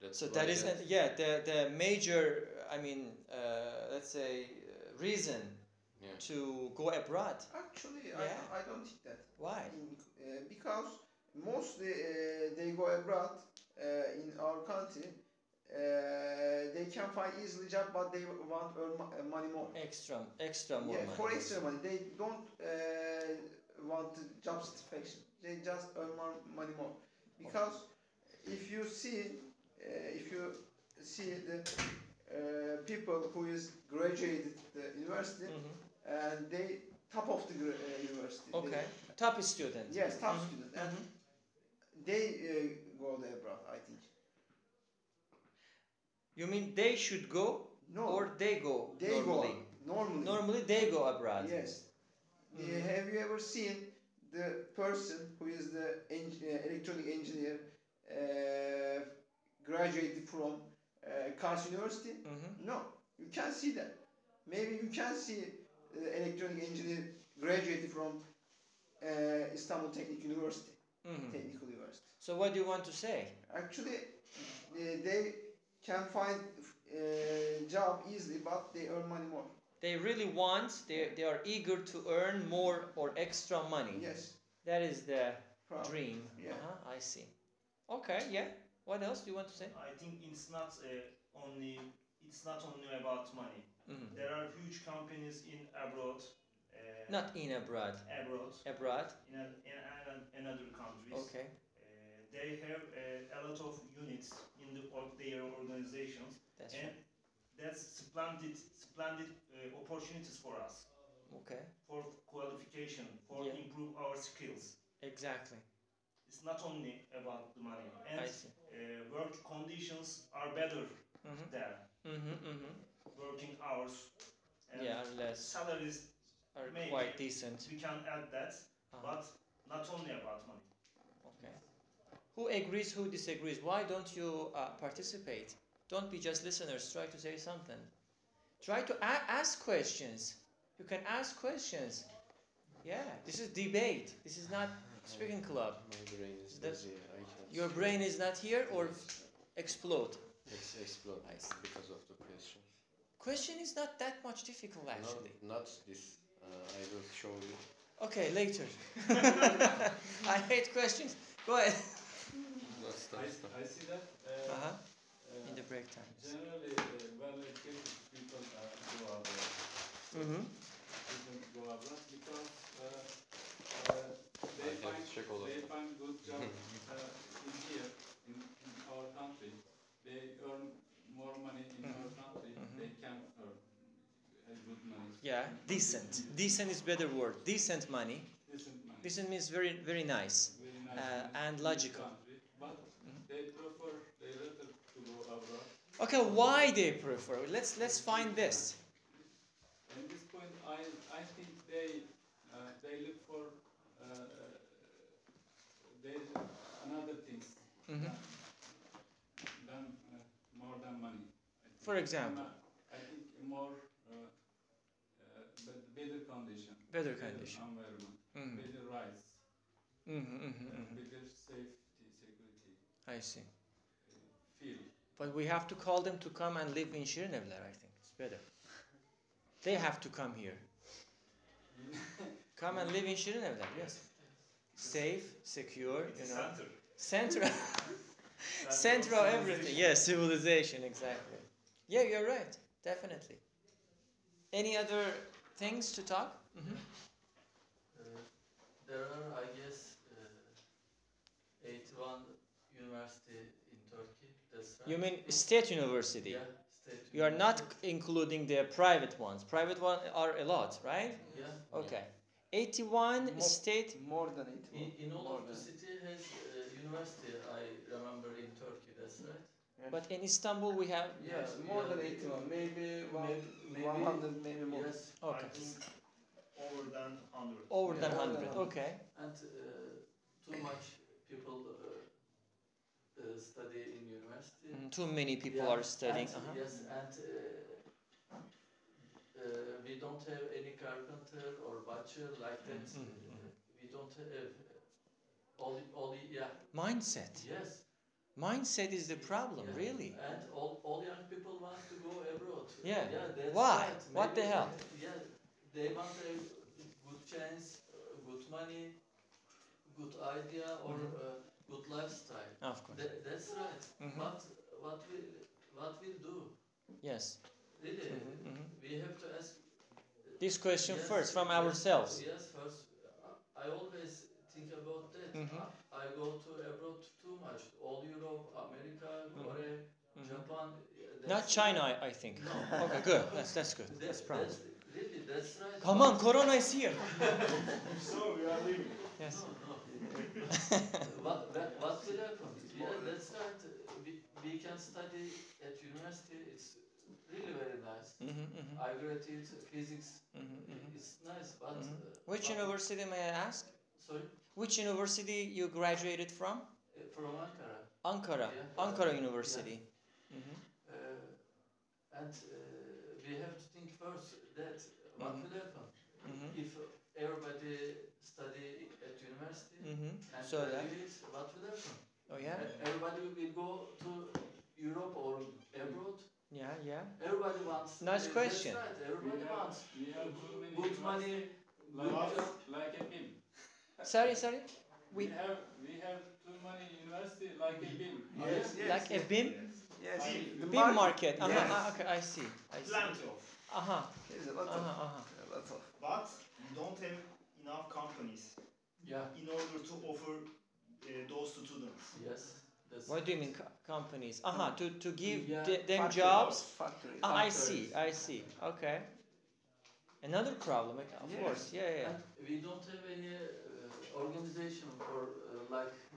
[SPEAKER 4] that's
[SPEAKER 1] So
[SPEAKER 4] why
[SPEAKER 1] that is,
[SPEAKER 4] that-
[SPEAKER 1] uh, yeah, the, the major, I mean, uh, let's say, uh, reason
[SPEAKER 4] Yeah.
[SPEAKER 1] to go abroad.
[SPEAKER 3] Actually,
[SPEAKER 1] Yeah.
[SPEAKER 3] I, I don't think that.
[SPEAKER 1] Why?
[SPEAKER 3] In- uh, because mostly uh, they go abroad uh, in our country. Uh, they can find easily job, but they want earn mo- uh, money more.
[SPEAKER 1] Extra, extra more
[SPEAKER 3] Yeah,
[SPEAKER 1] money.
[SPEAKER 3] for extra money, they don't uh, want the job satisfaction. They just earn more money more. Because if you see, uh, if you see the uh, people who is graduated the university
[SPEAKER 1] Mhm.
[SPEAKER 3] and they top of the gra- uh, university. They-
[SPEAKER 1] Okay. Top student.
[SPEAKER 3] yes, top
[SPEAKER 1] Mhm.
[SPEAKER 3] student, and
[SPEAKER 1] Mhm.
[SPEAKER 3] they uh, go there abroad. I think.
[SPEAKER 1] You mean they should go
[SPEAKER 3] No,
[SPEAKER 1] or they go
[SPEAKER 3] they
[SPEAKER 1] normally?
[SPEAKER 3] go normally.
[SPEAKER 1] Normally they go abroad.
[SPEAKER 3] Yes. Uh,
[SPEAKER 1] Mhm.
[SPEAKER 3] Have you ever seen the person who is the eng- uh, electronic engineer uh, graduated from uh, Kars University?
[SPEAKER 1] Mhm.
[SPEAKER 3] No, you can't see that. Maybe you can see uh, electronic engineer graduated from uh, Istanbul Technic University,
[SPEAKER 1] Mhm.
[SPEAKER 3] Technical University.
[SPEAKER 1] So what do you want to say?
[SPEAKER 3] Actually, uh, they can find uh, job easily, but they earn money more.
[SPEAKER 1] They really want. They they are eager to earn more or extra money.
[SPEAKER 3] Yes,
[SPEAKER 1] That is the
[SPEAKER 3] probably.
[SPEAKER 1] dream.
[SPEAKER 3] Yeah.
[SPEAKER 1] Uh-huh, I see. Okay. Yeah. What else do you want to say?
[SPEAKER 2] I think it's not uh, only it's not only about money.
[SPEAKER 1] Mhm.
[SPEAKER 2] There are huge companies in abroad, uh,
[SPEAKER 1] Not in abroad.
[SPEAKER 2] abroad
[SPEAKER 1] Abroad.
[SPEAKER 2] in, a, in, an- in another countries.
[SPEAKER 1] Okay.
[SPEAKER 2] Uh, they have uh, a lot of units in the, or their organizations,
[SPEAKER 1] That's
[SPEAKER 2] and
[SPEAKER 1] right.
[SPEAKER 2] that's splendid splendid uh, opportunities for us
[SPEAKER 1] Okay.
[SPEAKER 2] for qualification, for
[SPEAKER 1] Yeah.
[SPEAKER 2] improve our skills.
[SPEAKER 1] Exactly.
[SPEAKER 2] It's not only about the money, and
[SPEAKER 1] I see.
[SPEAKER 2] uh, work conditions are better
[SPEAKER 1] Mhm.
[SPEAKER 2] there.
[SPEAKER 1] Mhm. Mhm.
[SPEAKER 2] working hours and
[SPEAKER 1] Yeah. are Less
[SPEAKER 2] salaries
[SPEAKER 1] are
[SPEAKER 2] maybe.
[SPEAKER 1] quite decent.
[SPEAKER 2] we can add that
[SPEAKER 1] Uh-huh.
[SPEAKER 2] but not only about money
[SPEAKER 1] Okay. Who agrees, who disagrees? Why don't you uh, participate? Don't be just listeners. Try to say something. Try to a- ask questions. You can ask questions. Yeah, this is debate. This is
[SPEAKER 2] [laughs]
[SPEAKER 1] not speaking club.
[SPEAKER 4] My brain is
[SPEAKER 1] The-
[SPEAKER 4] dizzy. I can't
[SPEAKER 1] Your brain is not here or explode.
[SPEAKER 4] It's explode
[SPEAKER 1] I see.
[SPEAKER 4] because of the question.
[SPEAKER 1] Question is not that much difficult
[SPEAKER 4] No,
[SPEAKER 1] actually.
[SPEAKER 4] not this. Uh, I will show you.
[SPEAKER 1] Okay, [laughs] later. I hate questions. Go ahead.
[SPEAKER 4] No, stop,
[SPEAKER 6] I,
[SPEAKER 4] stop.
[SPEAKER 6] I see that uh,
[SPEAKER 1] Uh-huh.
[SPEAKER 6] uh,
[SPEAKER 1] In the break times.
[SPEAKER 6] generally uh, well-educated people uh, go abroad.
[SPEAKER 1] Mm-hmm.
[SPEAKER 6] People go abroad because uh, uh, they
[SPEAKER 4] I have
[SPEAKER 6] find
[SPEAKER 4] check all of
[SPEAKER 6] they
[SPEAKER 4] them.
[SPEAKER 6] find good job uh, in here in, in our country. They earn more money in
[SPEAKER 1] Mhm.
[SPEAKER 6] our country.
[SPEAKER 1] Mhm.
[SPEAKER 6] They can earn a good money.
[SPEAKER 1] Yeah, decent. Decent is better word. Decent money.
[SPEAKER 6] Decent money.
[SPEAKER 1] Decent means very, very nice.
[SPEAKER 6] Very nice
[SPEAKER 1] uh,
[SPEAKER 6] money
[SPEAKER 1] and
[SPEAKER 6] in
[SPEAKER 1] logical.
[SPEAKER 6] country,
[SPEAKER 4] Mm-hmm.
[SPEAKER 6] But they prefer they rather to go abroad.
[SPEAKER 1] Okay, why they prefer? Let's let's find this.
[SPEAKER 6] At this point, I, I think they uh, they look for uh, uh, they look another things
[SPEAKER 1] Mhm.
[SPEAKER 6] than uh, more than money. I think.
[SPEAKER 1] For example?
[SPEAKER 6] I think more uh, uh, but better condition,
[SPEAKER 1] Better condition.
[SPEAKER 6] better environment,
[SPEAKER 1] Mm.
[SPEAKER 6] better rights,
[SPEAKER 1] Mm-hmm,
[SPEAKER 6] uh,
[SPEAKER 1] mm-hmm, hmm
[SPEAKER 6] better safety, security,
[SPEAKER 1] I see.
[SPEAKER 6] feel.
[SPEAKER 1] But we have to call them to come and live in Şirinevler. I think it's better. They have to come here. Come and live in Şirinevler. Yes. Safe, secure,
[SPEAKER 2] it's
[SPEAKER 1] you
[SPEAKER 2] a
[SPEAKER 1] know,
[SPEAKER 2] center
[SPEAKER 1] central, [laughs]
[SPEAKER 2] Center of
[SPEAKER 1] central everything.
[SPEAKER 2] civilization.
[SPEAKER 1] Yes, civilization exactly. Yeah, you're right. Definitely. Any other things to talk? Mhm.
[SPEAKER 7] Uh, there are, I guess, uh, 81 university in Turkey. That's right.
[SPEAKER 1] You mean state university?
[SPEAKER 7] Yeah, state
[SPEAKER 1] You are not
[SPEAKER 7] university.
[SPEAKER 1] including the private ones. Private ones are a lot, right?
[SPEAKER 7] Yeah.
[SPEAKER 1] Okay. 81
[SPEAKER 3] Mo-
[SPEAKER 1] state.
[SPEAKER 3] More than it.
[SPEAKER 7] In, in all
[SPEAKER 3] More
[SPEAKER 7] of the
[SPEAKER 3] than-
[SPEAKER 7] city has uh, university. I remember in Turkey. That's right.
[SPEAKER 1] But in Istanbol we have.
[SPEAKER 3] Yes, more
[SPEAKER 7] yeah.
[SPEAKER 3] than 81, maybe, one,
[SPEAKER 7] Maybe- maybe-
[SPEAKER 3] 100, maybe more.
[SPEAKER 7] Yes.
[SPEAKER 1] Okay. Oh.
[SPEAKER 2] I think over than 100.
[SPEAKER 1] Over
[SPEAKER 7] Yeah,
[SPEAKER 1] than
[SPEAKER 7] over
[SPEAKER 1] 100,
[SPEAKER 7] than
[SPEAKER 1] okay.
[SPEAKER 7] And uh, too much people uh, uh, study in university.
[SPEAKER 1] Mm, too many people
[SPEAKER 7] Mm-hmm. Yeah,
[SPEAKER 1] are studying.
[SPEAKER 7] and,
[SPEAKER 1] uh-huh.
[SPEAKER 7] Yes, and uh, uh, we don't have any carpenter or butcher like that.
[SPEAKER 1] Mhm, mhm.
[SPEAKER 7] We don't have all, all yeah,
[SPEAKER 1] Mindset.
[SPEAKER 7] yes.
[SPEAKER 1] Mindset is the problem,
[SPEAKER 7] yeah.
[SPEAKER 1] really.
[SPEAKER 7] And all, all young people want to go abroad.
[SPEAKER 1] Yeah.
[SPEAKER 7] that's
[SPEAKER 1] Why?
[SPEAKER 7] right.
[SPEAKER 1] What the
[SPEAKER 7] Maybe,
[SPEAKER 1] hell?
[SPEAKER 7] Yeah, they want a good chance, uh, good money, good idea, or
[SPEAKER 1] Mhm.
[SPEAKER 7] uh, good lifestyle.
[SPEAKER 1] Of course.
[SPEAKER 7] Tha- that's right.
[SPEAKER 1] Mhm.
[SPEAKER 7] But what we what we do
[SPEAKER 1] Yes.
[SPEAKER 7] really?
[SPEAKER 1] Mhm, mhm.
[SPEAKER 7] We have to ask uh,
[SPEAKER 1] This question
[SPEAKER 7] Yes,
[SPEAKER 1] first from
[SPEAKER 7] yes,
[SPEAKER 1] ourselves.
[SPEAKER 7] Yes, first. uh, I always think about that.
[SPEAKER 1] Mhm.
[SPEAKER 7] I, I go to abroad too much. All Europe, America,
[SPEAKER 1] Mhm.
[SPEAKER 7] Korea,
[SPEAKER 1] Mhm.
[SPEAKER 7] Japan. yeah,
[SPEAKER 1] Not
[SPEAKER 7] that's-
[SPEAKER 1] China, I, I think.
[SPEAKER 7] No.
[SPEAKER 1] [laughs] Okay, good. That's that's good.
[SPEAKER 7] That-
[SPEAKER 1] That's promising.
[SPEAKER 7] really, that's right.
[SPEAKER 1] Come
[SPEAKER 7] but-
[SPEAKER 1] on, Corona is here.
[SPEAKER 2] So we are leaving.
[SPEAKER 1] Yes.
[SPEAKER 7] No,
[SPEAKER 1] [laughs]
[SPEAKER 7] no. what, that, what will happen? Yeah, that's right. We, we can study at university. It's really very nice.
[SPEAKER 1] hmm hmm
[SPEAKER 7] I graduated physics.
[SPEAKER 1] hmm hmm
[SPEAKER 7] It's nice, but
[SPEAKER 1] Mhm.
[SPEAKER 7] uh,
[SPEAKER 1] Which
[SPEAKER 7] but-
[SPEAKER 1] university may I ask?
[SPEAKER 7] Sorry,
[SPEAKER 1] Which university you graduated from?
[SPEAKER 7] Uh, from Ankara.
[SPEAKER 1] Ankara.
[SPEAKER 7] Yeah.
[SPEAKER 1] Ankara
[SPEAKER 7] Yeah.
[SPEAKER 1] University. Mhm.
[SPEAKER 7] Uh, and uh, we have to think first that what
[SPEAKER 1] Mhm.
[SPEAKER 7] will happen
[SPEAKER 1] Mhm.
[SPEAKER 7] if everybody study at university
[SPEAKER 1] Mhm.
[SPEAKER 7] and uh,
[SPEAKER 1] So
[SPEAKER 7] so
[SPEAKER 1] that-
[SPEAKER 7] what will happen?
[SPEAKER 1] Oh yeah.
[SPEAKER 7] E- Everybody will go to Europe or abroad.
[SPEAKER 1] Yeah, yeah.
[SPEAKER 7] Everybody wants.
[SPEAKER 1] Nice
[SPEAKER 7] uh,
[SPEAKER 1] question.
[SPEAKER 7] That's right. Everybody
[SPEAKER 6] Yeah.
[SPEAKER 7] wants
[SPEAKER 6] We have too many
[SPEAKER 7] good money.
[SPEAKER 6] like, like a bill.
[SPEAKER 1] Sorry, sorry.
[SPEAKER 6] We,
[SPEAKER 1] We-
[SPEAKER 6] have we have too many university like a bill.
[SPEAKER 3] Yes, yes.
[SPEAKER 1] Like a BIM,
[SPEAKER 3] Yes.
[SPEAKER 6] Beam-
[SPEAKER 3] the
[SPEAKER 1] BIM market. Uh-huh.
[SPEAKER 3] Yes.
[SPEAKER 1] ah, Okay, I see. I see.
[SPEAKER 2] Plenty of.
[SPEAKER 1] Uh-huh.
[SPEAKER 3] There's a lot of,
[SPEAKER 1] Uh-huh. Uh-huh.
[SPEAKER 3] a lot of.
[SPEAKER 2] But we don't have enough companies
[SPEAKER 7] Yeah.
[SPEAKER 2] in order to offer uh, those to students.
[SPEAKER 7] Yes. That's
[SPEAKER 1] What do you mean co- companies? Uh-huh. To to give
[SPEAKER 7] Yeah.
[SPEAKER 1] the- them
[SPEAKER 3] Factories,
[SPEAKER 1] jobs.
[SPEAKER 3] Factories.
[SPEAKER 1] Ah, I
[SPEAKER 7] Factories.
[SPEAKER 1] see. I see. Okay. Another problem, like, of
[SPEAKER 3] Yes.
[SPEAKER 1] course. Yeah, yeah.
[SPEAKER 7] And we don't have any uh, organization for uh, like uh,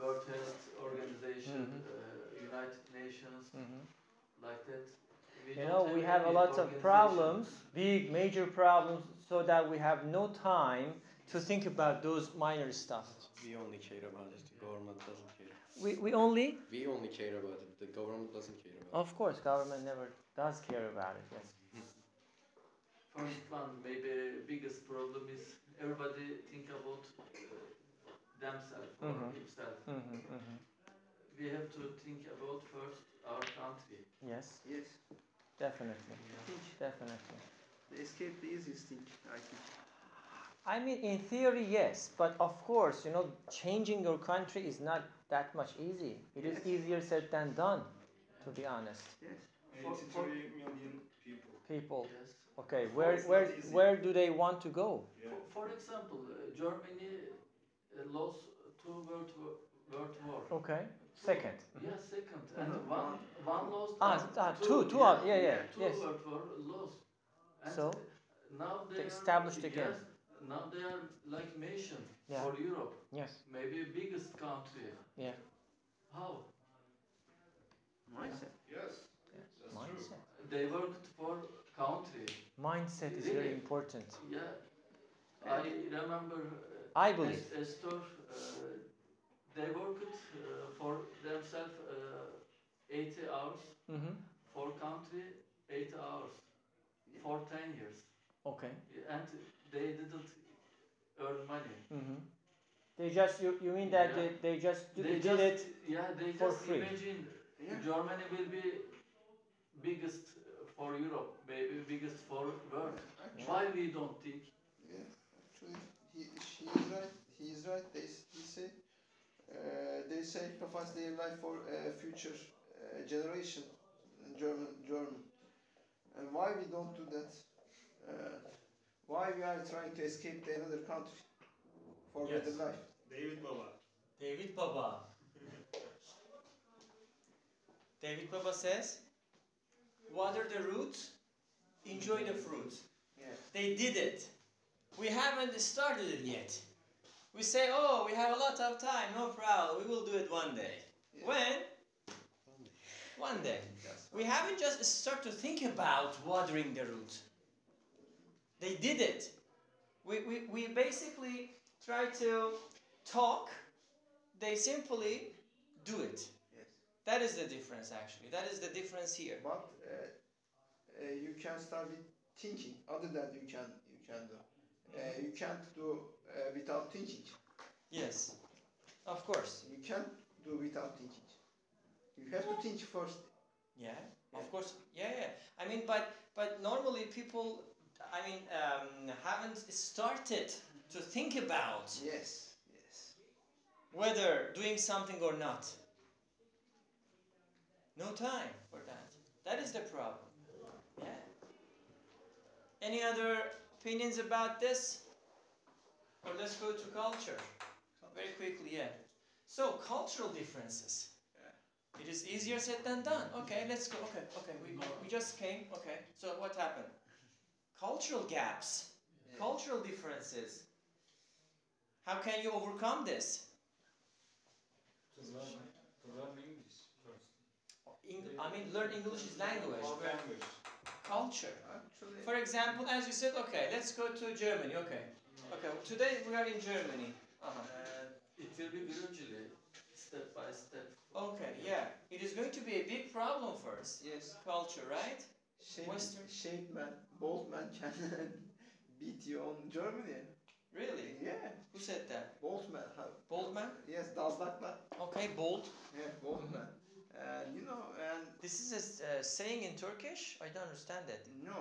[SPEAKER 7] World Health Organization,
[SPEAKER 1] Mhm.
[SPEAKER 7] uh, United Nations,
[SPEAKER 1] hmm
[SPEAKER 7] like that. We
[SPEAKER 1] You
[SPEAKER 7] don't
[SPEAKER 1] know, we have a
[SPEAKER 7] any
[SPEAKER 1] lot of
[SPEAKER 7] organization.
[SPEAKER 1] problems, big, major problems, so that we have no time to think about those minor stuff.
[SPEAKER 4] We only care about it. The government doesn't care.
[SPEAKER 1] We, we only,
[SPEAKER 4] We only care about it. The government doesn't care about
[SPEAKER 1] of course, government never does care about it. Yes.
[SPEAKER 7] First one, maybe biggest problem is everybody think about uh, themselves or
[SPEAKER 1] Mhm.
[SPEAKER 7] himself.
[SPEAKER 1] hmm hmm
[SPEAKER 7] We have to think about first our country.
[SPEAKER 1] Yes,
[SPEAKER 3] Yes.
[SPEAKER 1] definitely,
[SPEAKER 3] Think.
[SPEAKER 1] definitely.
[SPEAKER 3] The escape the easiest thing, I think.
[SPEAKER 1] I mean, in theory, yes, but of course, you know, changing your country is not that much easy. It is
[SPEAKER 3] Yes.
[SPEAKER 1] easier said than done, to be honest.
[SPEAKER 3] Yes.
[SPEAKER 2] 83 million people.
[SPEAKER 1] People,
[SPEAKER 7] Yes.
[SPEAKER 1] okay,
[SPEAKER 2] Of
[SPEAKER 1] where
[SPEAKER 2] course, not
[SPEAKER 1] where
[SPEAKER 2] easy.
[SPEAKER 1] where do they want to go?
[SPEAKER 2] Yeah.
[SPEAKER 7] For, for example, uh, Germany uh, lost two world wo- world war.
[SPEAKER 1] Okay, second.
[SPEAKER 7] Yeah, second. And
[SPEAKER 3] Mhm.
[SPEAKER 7] one, one lost.
[SPEAKER 1] Uh-huh. Ah,
[SPEAKER 7] and
[SPEAKER 1] ah, two- two of- yeah, yeah,
[SPEAKER 7] Two
[SPEAKER 1] yes.
[SPEAKER 7] were for lost. And
[SPEAKER 1] So,
[SPEAKER 7] now they,
[SPEAKER 1] they
[SPEAKER 7] are-
[SPEAKER 1] established again.
[SPEAKER 7] yes, now they are like nation
[SPEAKER 1] Yeah.
[SPEAKER 7] for Europe,
[SPEAKER 1] Yes.
[SPEAKER 7] maybe biggest country.
[SPEAKER 1] Yeah.
[SPEAKER 7] How?
[SPEAKER 3] Mindset.
[SPEAKER 2] Yes.
[SPEAKER 1] Yes.
[SPEAKER 2] That's true.
[SPEAKER 1] Mindset.
[SPEAKER 7] They worked for country.
[SPEAKER 1] Mindset is very important.
[SPEAKER 7] Yeah. I remember. uh,
[SPEAKER 1] I believe.
[SPEAKER 7] A, a store, uh, they worked uh, for themselves uh, 80 hours,
[SPEAKER 1] Mm-hmm.
[SPEAKER 7] for country 8 hours, for 10 years.
[SPEAKER 1] Okay.
[SPEAKER 7] and they didn't earn money.
[SPEAKER 1] Mm-hmm. They just you, you mean that
[SPEAKER 7] Yeah.
[SPEAKER 1] they, they just d-
[SPEAKER 7] they
[SPEAKER 1] did
[SPEAKER 7] just,
[SPEAKER 1] it?
[SPEAKER 7] Yeah, they
[SPEAKER 1] for
[SPEAKER 7] just
[SPEAKER 1] free.
[SPEAKER 7] imagine
[SPEAKER 3] Yeah.
[SPEAKER 7] Germany will be biggest uh, for Europe, maybe biggest for world. Why we don't think?
[SPEAKER 3] Yeah, actually, he, she is right. He is right. They s- he say, uh, they sacrifice their life for uh, future uh, generation, German German. And why we don't do that? Uh, why we are trying to escape to another country for
[SPEAKER 2] Yes.
[SPEAKER 3] better life?
[SPEAKER 2] David Baba.
[SPEAKER 1] David Baba. David Baba says, "Water the root, enjoy the fruit."
[SPEAKER 3] Yeah.
[SPEAKER 1] They did it. We haven't started it yet. We say, "Oh, we have a lot of time. No problem. We will do it one day."
[SPEAKER 3] Yeah.
[SPEAKER 1] When? One day.
[SPEAKER 3] Yes.
[SPEAKER 1] We haven't just started to think about watering the root. They did it. We, we, we basically try to talk, they simply do it.
[SPEAKER 3] Yes.
[SPEAKER 1] That is the difference, actually. That is the difference here.
[SPEAKER 3] But uh, uh, you can start with thinking other than you can you can do. Uh, you can't do uh, without thinking.
[SPEAKER 1] Yes, of course.
[SPEAKER 3] You can't do without thinking. You have to think first.
[SPEAKER 1] Yeah, of course. Yeah, yeah. I mean, but but normally people, I mean, um, haven't started to think about
[SPEAKER 3] Yes. Yes.
[SPEAKER 1] whether doing something or not. No time for that. That is the problem. Yeah. Any other opinions about this? Or let's go to culture. Very quickly, yeah. So, cultural differences. It is easier said than done. Okay, let's go. Okay, okay. We, we just came. Okay. So, what happened? Cultural gaps,
[SPEAKER 3] Yeah.
[SPEAKER 1] cultural differences. How can you overcome this?
[SPEAKER 6] To learn, to learn English first.
[SPEAKER 1] Eng- I mean, learn English is language,
[SPEAKER 6] Or language.
[SPEAKER 1] culture.
[SPEAKER 3] Actually.
[SPEAKER 1] For example, as you said, okay, let's go to Germany. Okay, okay. Today we are in Germany. Uh-huh.
[SPEAKER 7] And Uh, it will be gradually, step by step.
[SPEAKER 1] Uh-huh. Okay, yeah. It is going to be a big problem first.
[SPEAKER 3] Yes.
[SPEAKER 1] Culture, right?
[SPEAKER 3] Shape,
[SPEAKER 1] Western-
[SPEAKER 3] shape man, bold man can [laughs] beat you on Germany.
[SPEAKER 1] Really?
[SPEAKER 3] Yeah.
[SPEAKER 1] Who said that?
[SPEAKER 3] Bold man. ha-
[SPEAKER 1] Bold man?
[SPEAKER 3] Yes, Dazlaklar.
[SPEAKER 1] Okay, bold.
[SPEAKER 3] Yeah, bold man. And you know, and
[SPEAKER 1] This is a s- uh, saying in Turkish. I don't understand that.
[SPEAKER 3] no,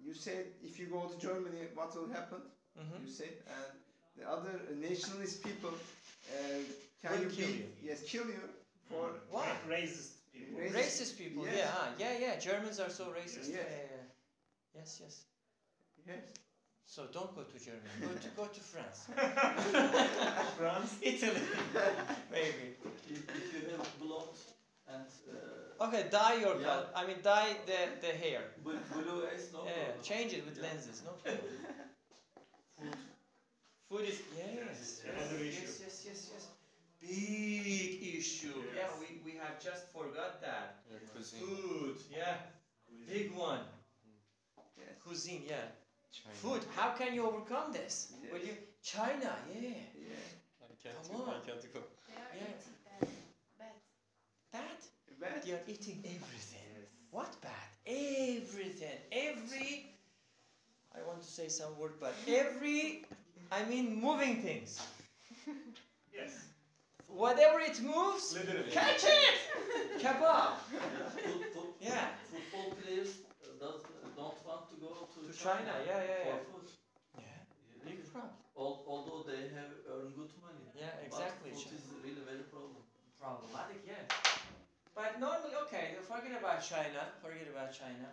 [SPEAKER 3] you said if you go to Germany, what will happen?
[SPEAKER 1] Mm-hmm.
[SPEAKER 3] You said, and the other nationalist people uh, can
[SPEAKER 1] Will
[SPEAKER 3] you
[SPEAKER 1] kill
[SPEAKER 3] beat?
[SPEAKER 1] you.
[SPEAKER 3] Yes, kill you for
[SPEAKER 1] Why?
[SPEAKER 2] Ra- Racist people.
[SPEAKER 3] Racist.
[SPEAKER 1] Racist people.
[SPEAKER 3] Yes.
[SPEAKER 1] Yeah, huh? yeah, yeah. Germans are so racist.
[SPEAKER 3] Yes.
[SPEAKER 1] Yeah, yeah, yeah. Yes, yes.
[SPEAKER 3] yes.
[SPEAKER 1] So don't go to Germany. Go to go to [laughs] France.
[SPEAKER 2] France.
[SPEAKER 1] Italy, [laughs] maybe.
[SPEAKER 7] If, if you have blonde and uh,
[SPEAKER 1] Okay, dye your
[SPEAKER 7] Yeah.
[SPEAKER 1] col- I mean, dye the, the hair.
[SPEAKER 7] bl- blue eyes, no
[SPEAKER 1] Yeah,
[SPEAKER 7] problem.
[SPEAKER 1] change it with
[SPEAKER 7] Yeah.
[SPEAKER 1] lenses. [laughs] No problem. Food is yes.
[SPEAKER 2] Yes, another issue.
[SPEAKER 1] Yes, yes, yes, yes. Big issue. Yeah,
[SPEAKER 2] Yes.
[SPEAKER 1] we, we have just forgot that.
[SPEAKER 4] Your cuisine,
[SPEAKER 1] Food. Yeah, big one.
[SPEAKER 3] Yes.
[SPEAKER 1] Cuisine. Yeah.
[SPEAKER 4] China.
[SPEAKER 1] Food. How can you overcome this?
[SPEAKER 3] Yes.
[SPEAKER 1] Will you? China. Yeah.
[SPEAKER 3] Yeah.
[SPEAKER 4] I can't,
[SPEAKER 1] Come
[SPEAKER 4] I
[SPEAKER 1] on.
[SPEAKER 4] can't go.
[SPEAKER 8] They are
[SPEAKER 1] Yeah.
[SPEAKER 8] eating bad. bad.
[SPEAKER 1] That.
[SPEAKER 3] But
[SPEAKER 1] They are eating everything. What bad? Everything. Every. I want to say some word, but every. I mean, moving things.
[SPEAKER 2] Yes.
[SPEAKER 1] Whatever it moves,
[SPEAKER 2] Literally.
[SPEAKER 1] catch it! Kebab!
[SPEAKER 7] Yeah, fut- fut-
[SPEAKER 1] Yeah.
[SPEAKER 7] Football players uh, does, don't want to go to,
[SPEAKER 1] To China, yeah, yeah,
[SPEAKER 7] for
[SPEAKER 1] yeah.
[SPEAKER 7] food.
[SPEAKER 1] Yeah,
[SPEAKER 7] Yeah.
[SPEAKER 1] big problem.
[SPEAKER 7] Al- although they have earned good money.
[SPEAKER 1] Yeah, exactly.
[SPEAKER 7] But food
[SPEAKER 1] China.
[SPEAKER 7] is really very problem.
[SPEAKER 1] Problematic, yeah. But normally, okay, forget about China. Forget about China.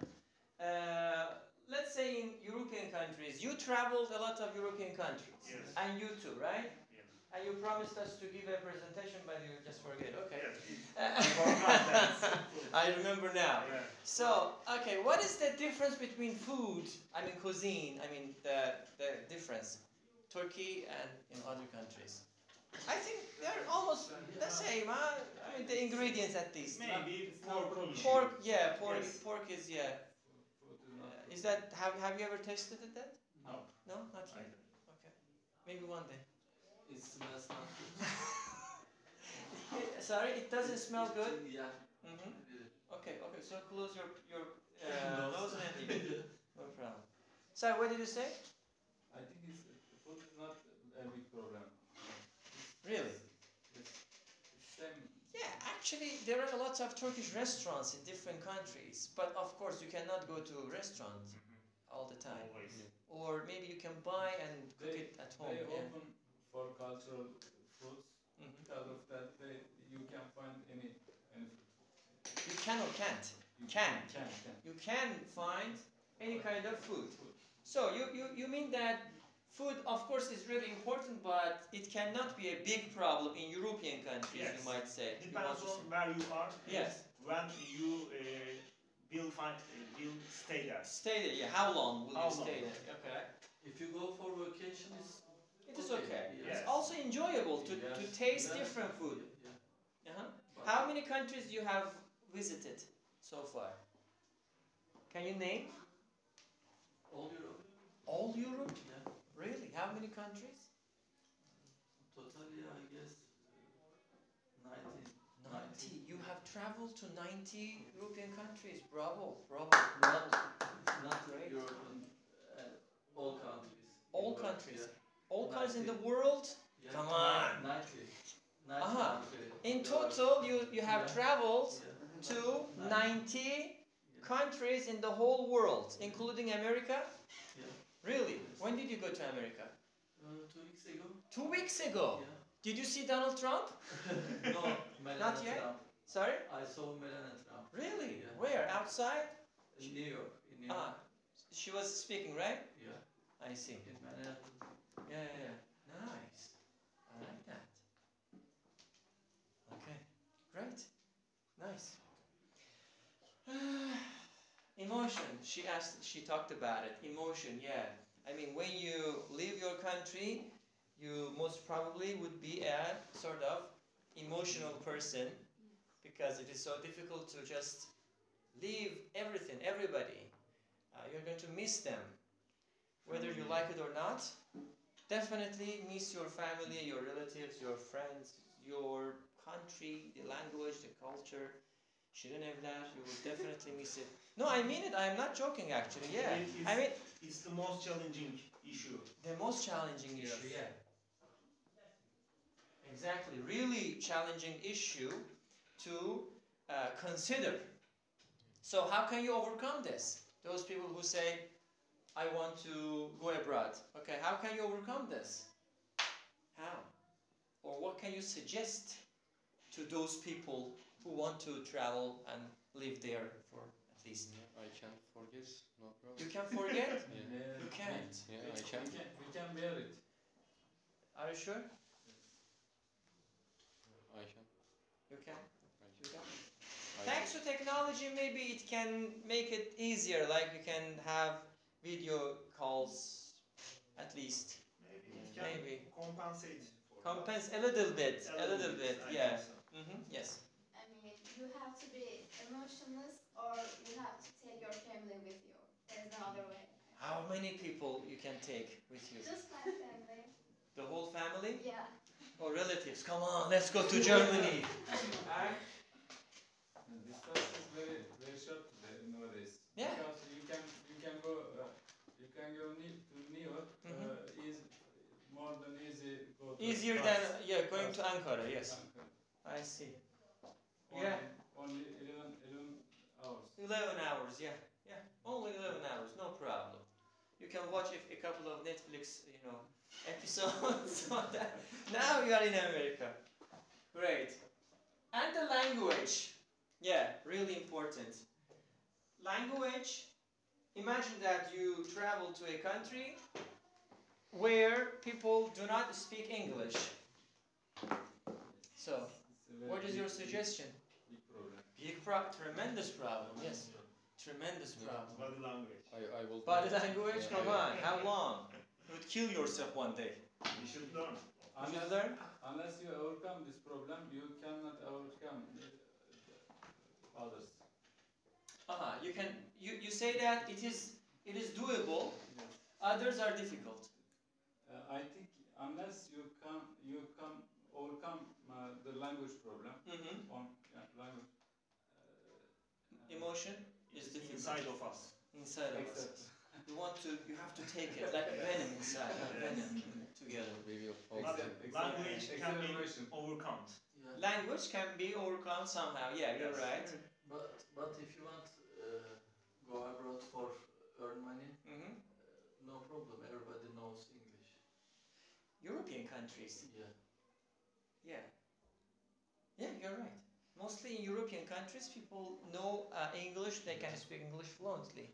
[SPEAKER 1] Uh, let's say in European countries, you traveled a lot of European countries.
[SPEAKER 2] Yes.
[SPEAKER 1] And you too, right?
[SPEAKER 2] Yes.
[SPEAKER 1] And you promised us to give a presentation, but you just forget. Okay. Uh,
[SPEAKER 2] Yes. Forgot that.
[SPEAKER 1] [laughs] I remember now.
[SPEAKER 2] [laughs] Yeah.
[SPEAKER 1] So, okay, what is the difference between food, I mean cuisine, I mean the, the difference, Turkey and in other countries? I think they're almost the same, huh? I mean the ingredients at least.
[SPEAKER 2] Maybe pork issue.
[SPEAKER 1] Pork, yeah, pork,
[SPEAKER 2] Yes.
[SPEAKER 1] pork is, yeah.
[SPEAKER 6] Food is
[SPEAKER 1] Uh,
[SPEAKER 6] not good.
[SPEAKER 1] is that, have, have you ever tasted it that?
[SPEAKER 6] No.
[SPEAKER 1] No, not yet. Okay. Maybe one day.
[SPEAKER 7] It smells not good.
[SPEAKER 1] Uh, Sorry, it doesn't smell
[SPEAKER 7] It-
[SPEAKER 1] good?
[SPEAKER 7] Yeah. uh,
[SPEAKER 1] hmm Okay, okay, so close your,
[SPEAKER 6] [laughs]
[SPEAKER 1] your uh,
[SPEAKER 7] Nose.
[SPEAKER 1] nose and eat. No problem. Sorry, what did you say?
[SPEAKER 6] I think it's, food is not a big problem.
[SPEAKER 1] Really?
[SPEAKER 6] It's same.
[SPEAKER 1] Yeah, actually, there are lots of Turkish restaurants in different countries, but of course, you cannot go to a restaurant all the time.
[SPEAKER 2] Always.
[SPEAKER 1] Or maybe you can buy and cook
[SPEAKER 6] They-
[SPEAKER 1] it at home.
[SPEAKER 6] They
[SPEAKER 1] Yeah.
[SPEAKER 6] open for cultural foods.
[SPEAKER 1] Mhm.
[SPEAKER 6] Because of that, they, you can find any, any food.
[SPEAKER 1] You can or can't.
[SPEAKER 6] You
[SPEAKER 1] Can.
[SPEAKER 6] Can, can.
[SPEAKER 1] You can find any kind of food. So you, you, you mean that food, of course, is really important, but it cannot be a big problem in European countries,
[SPEAKER 2] Yes.
[SPEAKER 1] you might say. You want
[SPEAKER 2] Depends
[SPEAKER 1] to
[SPEAKER 2] on
[SPEAKER 1] say.
[SPEAKER 2] where you are. and
[SPEAKER 1] Yes.
[SPEAKER 2] When you uh, will find, uh, will stay there.
[SPEAKER 1] Stay there. Yeah. How long will
[SPEAKER 2] How
[SPEAKER 1] you stay
[SPEAKER 2] long?
[SPEAKER 1] there? Okay.
[SPEAKER 7] If you go for vacation, it's
[SPEAKER 1] It is okay.
[SPEAKER 7] Yeah.
[SPEAKER 2] Yes.
[SPEAKER 1] It's also enjoyable to, to
[SPEAKER 7] Yes.
[SPEAKER 1] taste
[SPEAKER 7] Yeah.
[SPEAKER 1] different food.
[SPEAKER 7] Yeah.
[SPEAKER 1] Uh-huh.
[SPEAKER 7] But
[SPEAKER 1] How many countries you have visited so far? Can you name
[SPEAKER 7] All Europe.
[SPEAKER 1] all Europe?
[SPEAKER 7] Yeah.
[SPEAKER 1] Really? How many countries?
[SPEAKER 7] Totally, I guess, uh, 19.
[SPEAKER 1] 90.
[SPEAKER 7] Nineteen.
[SPEAKER 1] You have traveled to 90 European countries. Bravo, bravo, bravo.
[SPEAKER 7] Not
[SPEAKER 1] Great.
[SPEAKER 7] European, uh, all countries.
[SPEAKER 1] All
[SPEAKER 7] Europe,
[SPEAKER 1] countries.
[SPEAKER 7] yeah.
[SPEAKER 1] All countries in the
[SPEAKER 7] 90.
[SPEAKER 1] world?
[SPEAKER 7] Yeah,
[SPEAKER 1] Come on.
[SPEAKER 7] 90. 90
[SPEAKER 1] Aha.
[SPEAKER 7] countries.
[SPEAKER 1] In
[SPEAKER 7] Yeah.
[SPEAKER 1] total, you, you have
[SPEAKER 7] Yeah.
[SPEAKER 1] traveled
[SPEAKER 7] Yeah.
[SPEAKER 1] to 90
[SPEAKER 7] Yeah.
[SPEAKER 1] countries in the whole world, including America?
[SPEAKER 7] Yeah.
[SPEAKER 1] Really?
[SPEAKER 7] Yes.
[SPEAKER 1] When did you go to America?
[SPEAKER 7] Uh, two weeks ago.
[SPEAKER 1] Two weeks ago.
[SPEAKER 7] Yeah.
[SPEAKER 1] Did you see Donald Trump?
[SPEAKER 7] [laughs] no, Melania
[SPEAKER 1] Not yet?
[SPEAKER 7] Trump.
[SPEAKER 1] Sorry?
[SPEAKER 7] I saw Melania Trump
[SPEAKER 1] Really?
[SPEAKER 7] Yeah.
[SPEAKER 1] Where? Outside?
[SPEAKER 7] in New York. In New
[SPEAKER 1] Ah,
[SPEAKER 7] York.
[SPEAKER 1] she was speaking, right?
[SPEAKER 7] Yeah.
[SPEAKER 1] I see.
[SPEAKER 7] In Manhattan.
[SPEAKER 1] Yeah, yeah, yeah. Nice. I like that. Okay. Great. Nice. [sighs] emotion. She asked. She talked about it. Emotion. Yeah. I mean, when you leave your country, you most probably would be a sort of emotional person because it is so difficult to just leave everything, everybody. Uh, you're going to miss them, whether you like it or not definitely miss your family, your relatives, your friends, your country, the language, the culture. Şirin evler, you will definitely miss it. No, I mean it. I'm not joking, actually. Yeah,
[SPEAKER 2] It is-
[SPEAKER 1] I mean
[SPEAKER 2] It's the most challenging issue.
[SPEAKER 1] the most challenging
[SPEAKER 2] Yes.
[SPEAKER 1] issue. Yeah. Exactly, really challenging issue to uh, consider. So how can you overcome this? Those people who say, "I want to go abroad." Okay, how can you overcome this? How? Or what can you suggest to those people who want to travel and live there for at least?
[SPEAKER 4] I can forget, no
[SPEAKER 1] You
[SPEAKER 4] problem.
[SPEAKER 1] can forget.
[SPEAKER 4] Yeah.
[SPEAKER 6] Yeah,
[SPEAKER 1] you can't.
[SPEAKER 4] Yeah,
[SPEAKER 6] we,
[SPEAKER 4] I
[SPEAKER 6] we
[SPEAKER 4] can.
[SPEAKER 6] can. We can bear it.
[SPEAKER 1] Are you sure?
[SPEAKER 4] I can.
[SPEAKER 1] You can.
[SPEAKER 4] I can.
[SPEAKER 1] You can.
[SPEAKER 4] I
[SPEAKER 1] Thanks to technology, maybe it can make it easier. Like you can have video calls, at least
[SPEAKER 2] Maybe it can
[SPEAKER 1] maybe
[SPEAKER 2] compensate for
[SPEAKER 1] compensate a little bit, a little bit.
[SPEAKER 2] I think
[SPEAKER 1] Yeah.
[SPEAKER 2] so.
[SPEAKER 1] hmm Yes.
[SPEAKER 5] I mean, you have to be emotionless or you have to take your family with you. There's no other way.
[SPEAKER 1] How many people you can take with you?
[SPEAKER 5] Just my family.
[SPEAKER 1] [laughs] The whole family
[SPEAKER 5] Yeah.
[SPEAKER 1] or relatives? Come on, let's go [laughs] to Germany. Alright.
[SPEAKER 6] And this class is very very short today, nowadays.
[SPEAKER 1] Yeah.
[SPEAKER 6] Because you can you can go uh, you can go ne- to New York uh, is more than easy go to
[SPEAKER 1] Mm-hmm. Easier than
[SPEAKER 6] class.
[SPEAKER 1] yeah, going to Ankara. Yes,
[SPEAKER 6] Ankara.
[SPEAKER 1] I see.
[SPEAKER 6] Only,
[SPEAKER 1] Yeah.
[SPEAKER 6] Only 11, 11 hours.
[SPEAKER 1] Eleven hours. Yeah, yeah. Only eleven hours. No problem. You can watch a, a couple of Netflix, you know, episodes. [laughs] on that. Now you are in America. Great. And the language. Yeah, really important. Language. Imagine that you travel to a country where people do not speak English. So,
[SPEAKER 6] It's a very
[SPEAKER 1] what is
[SPEAKER 6] big-
[SPEAKER 1] your suggestion?
[SPEAKER 6] Big problem.
[SPEAKER 1] Big pro- tremendous problem. Yes, tremendous problem.
[SPEAKER 2] Body language.
[SPEAKER 4] I, I will.
[SPEAKER 1] Body language,
[SPEAKER 4] Yeah,
[SPEAKER 1] come
[SPEAKER 4] I-
[SPEAKER 1] on, how long? You would kill yourself one day.
[SPEAKER 2] You should learn.
[SPEAKER 1] Did
[SPEAKER 6] Unless,
[SPEAKER 1] you learn?
[SPEAKER 6] unless you overcome this problem, you cannot overcome uh, others.
[SPEAKER 1] Uh-huh. You can you, you say that it is it is doable,
[SPEAKER 6] Yes.
[SPEAKER 1] others are difficult.
[SPEAKER 6] Uh, I think unless you come, you come overcome uh, the language problem.
[SPEAKER 1] Mm-hmm.
[SPEAKER 6] On yeah, language. Uh,
[SPEAKER 1] Emotion is
[SPEAKER 2] It's
[SPEAKER 1] difficult.
[SPEAKER 2] inside of us.
[SPEAKER 1] Inside of us.
[SPEAKER 6] Except-
[SPEAKER 1] You want to you have to take [laughs] it like venom inside. like Venom together.
[SPEAKER 4] We will
[SPEAKER 2] Not-
[SPEAKER 4] also.
[SPEAKER 6] Except-
[SPEAKER 2] Language can be
[SPEAKER 6] Exaggeration.
[SPEAKER 2] overcome.
[SPEAKER 7] Yeah.
[SPEAKER 1] Language can be overcome somehow, yeah, you're
[SPEAKER 2] Yes.
[SPEAKER 1] right.
[SPEAKER 7] But but if you want uh, go abroad for earn money,
[SPEAKER 1] Mm-hmm.
[SPEAKER 7] no problem. Everybody knows English.
[SPEAKER 1] European countries.
[SPEAKER 7] Yeah.
[SPEAKER 1] Yeah. Yeah, you're right. Mostly in European countries, people know uh, English, they can speak English fluently.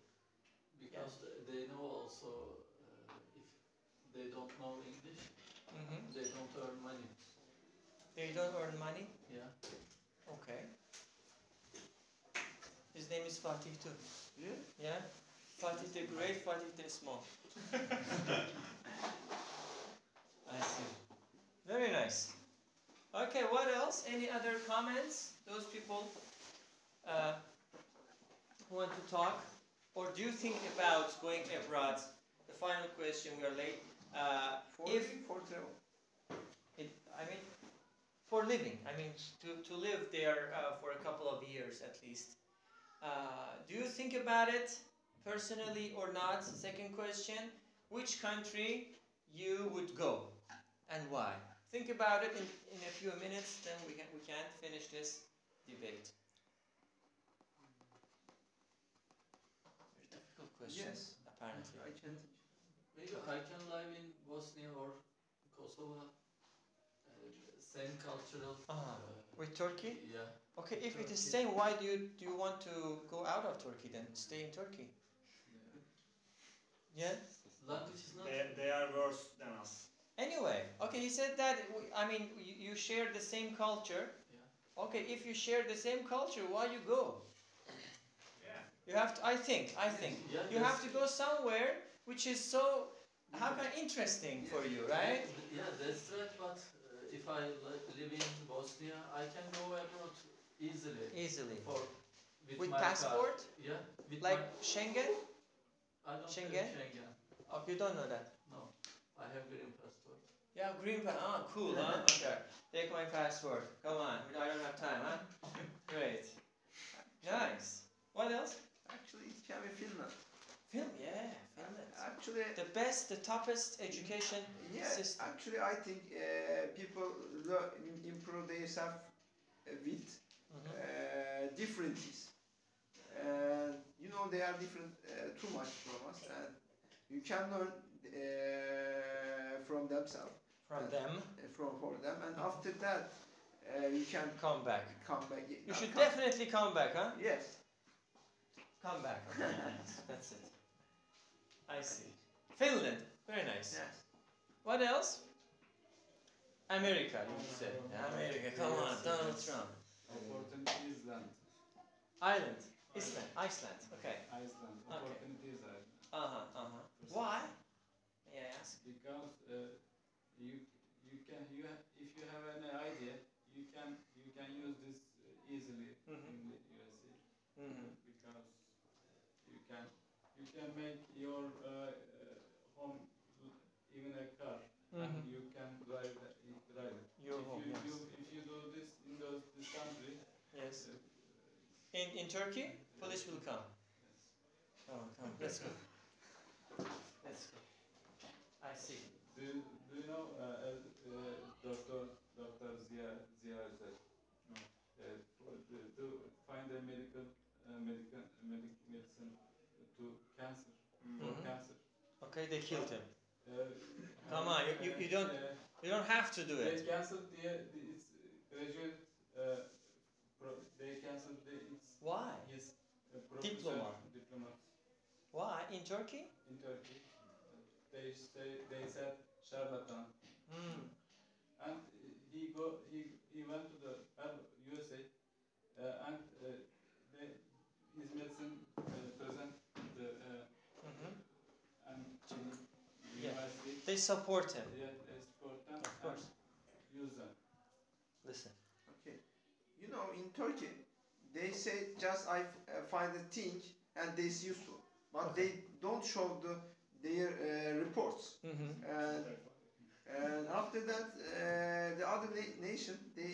[SPEAKER 7] Because th- they know also uh, if they don't know English,
[SPEAKER 1] Mm-hmm.
[SPEAKER 7] they don't earn money.
[SPEAKER 1] They don't earn money.
[SPEAKER 7] Yeah.
[SPEAKER 1] Okay. His name is Fatih too.
[SPEAKER 2] Yeah?
[SPEAKER 1] Yeah? Fatih the Great, Fatih the Small. I see. Very nice. Okay, what else? Any other comments? Those people uh, who want to talk? Or do you think about going abroad? The final question, we are late. uh,
[SPEAKER 3] For
[SPEAKER 1] If-
[SPEAKER 3] living, for travel.
[SPEAKER 1] it, I mean, for living. I mean, to, to live there uh, for a couple of years at least. Uh, do you think about it personally or not? Second question: Which country you would go, and why? Think about it in, in a few minutes. Then we can we can finish this debate. Very difficult question.
[SPEAKER 3] Yes.
[SPEAKER 1] apparently.
[SPEAKER 3] I can teach.
[SPEAKER 7] Maybe I can live in Bosnia or Kosovo. Uh, same cultural.
[SPEAKER 1] Ah,
[SPEAKER 7] uh,
[SPEAKER 1] with Turkey.
[SPEAKER 7] yeah.
[SPEAKER 1] Okay, if it is
[SPEAKER 7] Turkey.
[SPEAKER 1] same, why do you do you want to go out of Turkey then? Stay in Turkey. Yeah.
[SPEAKER 7] Language is not.
[SPEAKER 2] They, they are worse than us.
[SPEAKER 1] Anyway, okay, he said that. w- I mean, you, you share the same culture. Yeah. Okay, if you share the same culture, why you go?
[SPEAKER 2] Yeah.
[SPEAKER 1] You have to. I think. I think
[SPEAKER 7] Yeah,
[SPEAKER 1] you have
[SPEAKER 7] that's-
[SPEAKER 1] to go somewhere which is so how kind of interesting for you, right?
[SPEAKER 7] Yeah, that's right. But uh, if I li- live in Bosnia, I can go abroad easily.
[SPEAKER 1] Easily.
[SPEAKER 7] For, with
[SPEAKER 1] With
[SPEAKER 7] my car.
[SPEAKER 1] passport?
[SPEAKER 7] Yeah. With
[SPEAKER 1] Like
[SPEAKER 7] my-
[SPEAKER 1] Schengen?
[SPEAKER 7] I don't have
[SPEAKER 1] Schengen?
[SPEAKER 7] Schengen.
[SPEAKER 1] Oh, you don't know that.
[SPEAKER 7] No, I have green passport.
[SPEAKER 1] Yeah, green pass. Ah, cool, huh? Okay. Take my passport. Come on. I don't have time, huh? Great. Nice. What else?
[SPEAKER 3] Actually, it can be Finland.
[SPEAKER 1] Film, yeah, Finland.
[SPEAKER 3] Actually,
[SPEAKER 1] The best, the toughest education
[SPEAKER 3] yeah.
[SPEAKER 1] system.
[SPEAKER 3] Actually, I think uh, people learn, improve themselves with
[SPEAKER 1] Mhm.
[SPEAKER 3] uh, differences. And you know they are different uh, too much from us, and you can learn uh, from themselves,
[SPEAKER 1] From them,
[SPEAKER 3] uh, from for them, and after that uh, you can
[SPEAKER 1] come back.
[SPEAKER 3] come back. uh,
[SPEAKER 1] You should
[SPEAKER 3] come,
[SPEAKER 1] definitely come back, huh?
[SPEAKER 3] Yes.
[SPEAKER 1] Come back.
[SPEAKER 3] [laughs]
[SPEAKER 1] Okay, nice. That's it. I see. Finland, very nice.
[SPEAKER 3] Yes.
[SPEAKER 1] What else? America, you said.
[SPEAKER 3] Oh.
[SPEAKER 1] America, come on, Donald Trump.
[SPEAKER 6] Opportunity is land.
[SPEAKER 1] Ireland, Iceland, Iceland. Okay.
[SPEAKER 6] Iceland.
[SPEAKER 1] Okay.
[SPEAKER 6] Opportunity is Iceland.
[SPEAKER 1] Uh huh. Uh huh. Why? May I ask?
[SPEAKER 6] Because uh, you you can you have, if you have any idea you can you can use this uh, easily
[SPEAKER 1] Mhm.
[SPEAKER 6] in the USA
[SPEAKER 1] Mhm.
[SPEAKER 6] because you can you can make your uh, uh, home even a car and
[SPEAKER 1] Mhm.
[SPEAKER 6] you can drive it- drive it.
[SPEAKER 1] Your
[SPEAKER 6] if
[SPEAKER 1] home.
[SPEAKER 6] you
[SPEAKER 1] Yes.
[SPEAKER 6] do if you do this in those this country
[SPEAKER 1] Yes. In in Turkey, police will come. Oh, Come on, come. on, Let's go. Let's go. I see.
[SPEAKER 6] do you, do you know uh, uh, uh, Doctor Doctor Zia Zia Özel?
[SPEAKER 2] No.
[SPEAKER 6] Uh, for- to, to find a medical uh, medical medic, medicine to cancer for
[SPEAKER 1] Mhm.
[SPEAKER 6] cancer.
[SPEAKER 1] Okay, they killed him.
[SPEAKER 6] Uh,
[SPEAKER 1] Come on, you- you- you don't
[SPEAKER 6] uh,
[SPEAKER 1] You don't have to do
[SPEAKER 6] they
[SPEAKER 1] it.
[SPEAKER 6] canceled the it's graduate. Uh, pro, they canceled the it's
[SPEAKER 1] Why?
[SPEAKER 6] his uh, professor
[SPEAKER 1] Diploma.
[SPEAKER 6] diploma
[SPEAKER 1] Why in Turkey?
[SPEAKER 6] in Turkey. Uh, they say they said charlatan.
[SPEAKER 1] Hmm.
[SPEAKER 6] and he go he, he went to the uh, USA uh, and uh, they, his medicine uh, present the uh,
[SPEAKER 1] hmm
[SPEAKER 6] and
[SPEAKER 1] Yeah.
[SPEAKER 6] university
[SPEAKER 1] They support him.
[SPEAKER 6] yeah it's for them
[SPEAKER 1] Of course.
[SPEAKER 6] and use them
[SPEAKER 1] Listen.
[SPEAKER 3] Okay. You know, in Turkey, they say just I uh, find a thing and they used to, but
[SPEAKER 1] Okay.
[SPEAKER 3] they don't show the their uh, reports.
[SPEAKER 1] Mm-hmm.
[SPEAKER 3] And, and after that, uh, the other na- nation they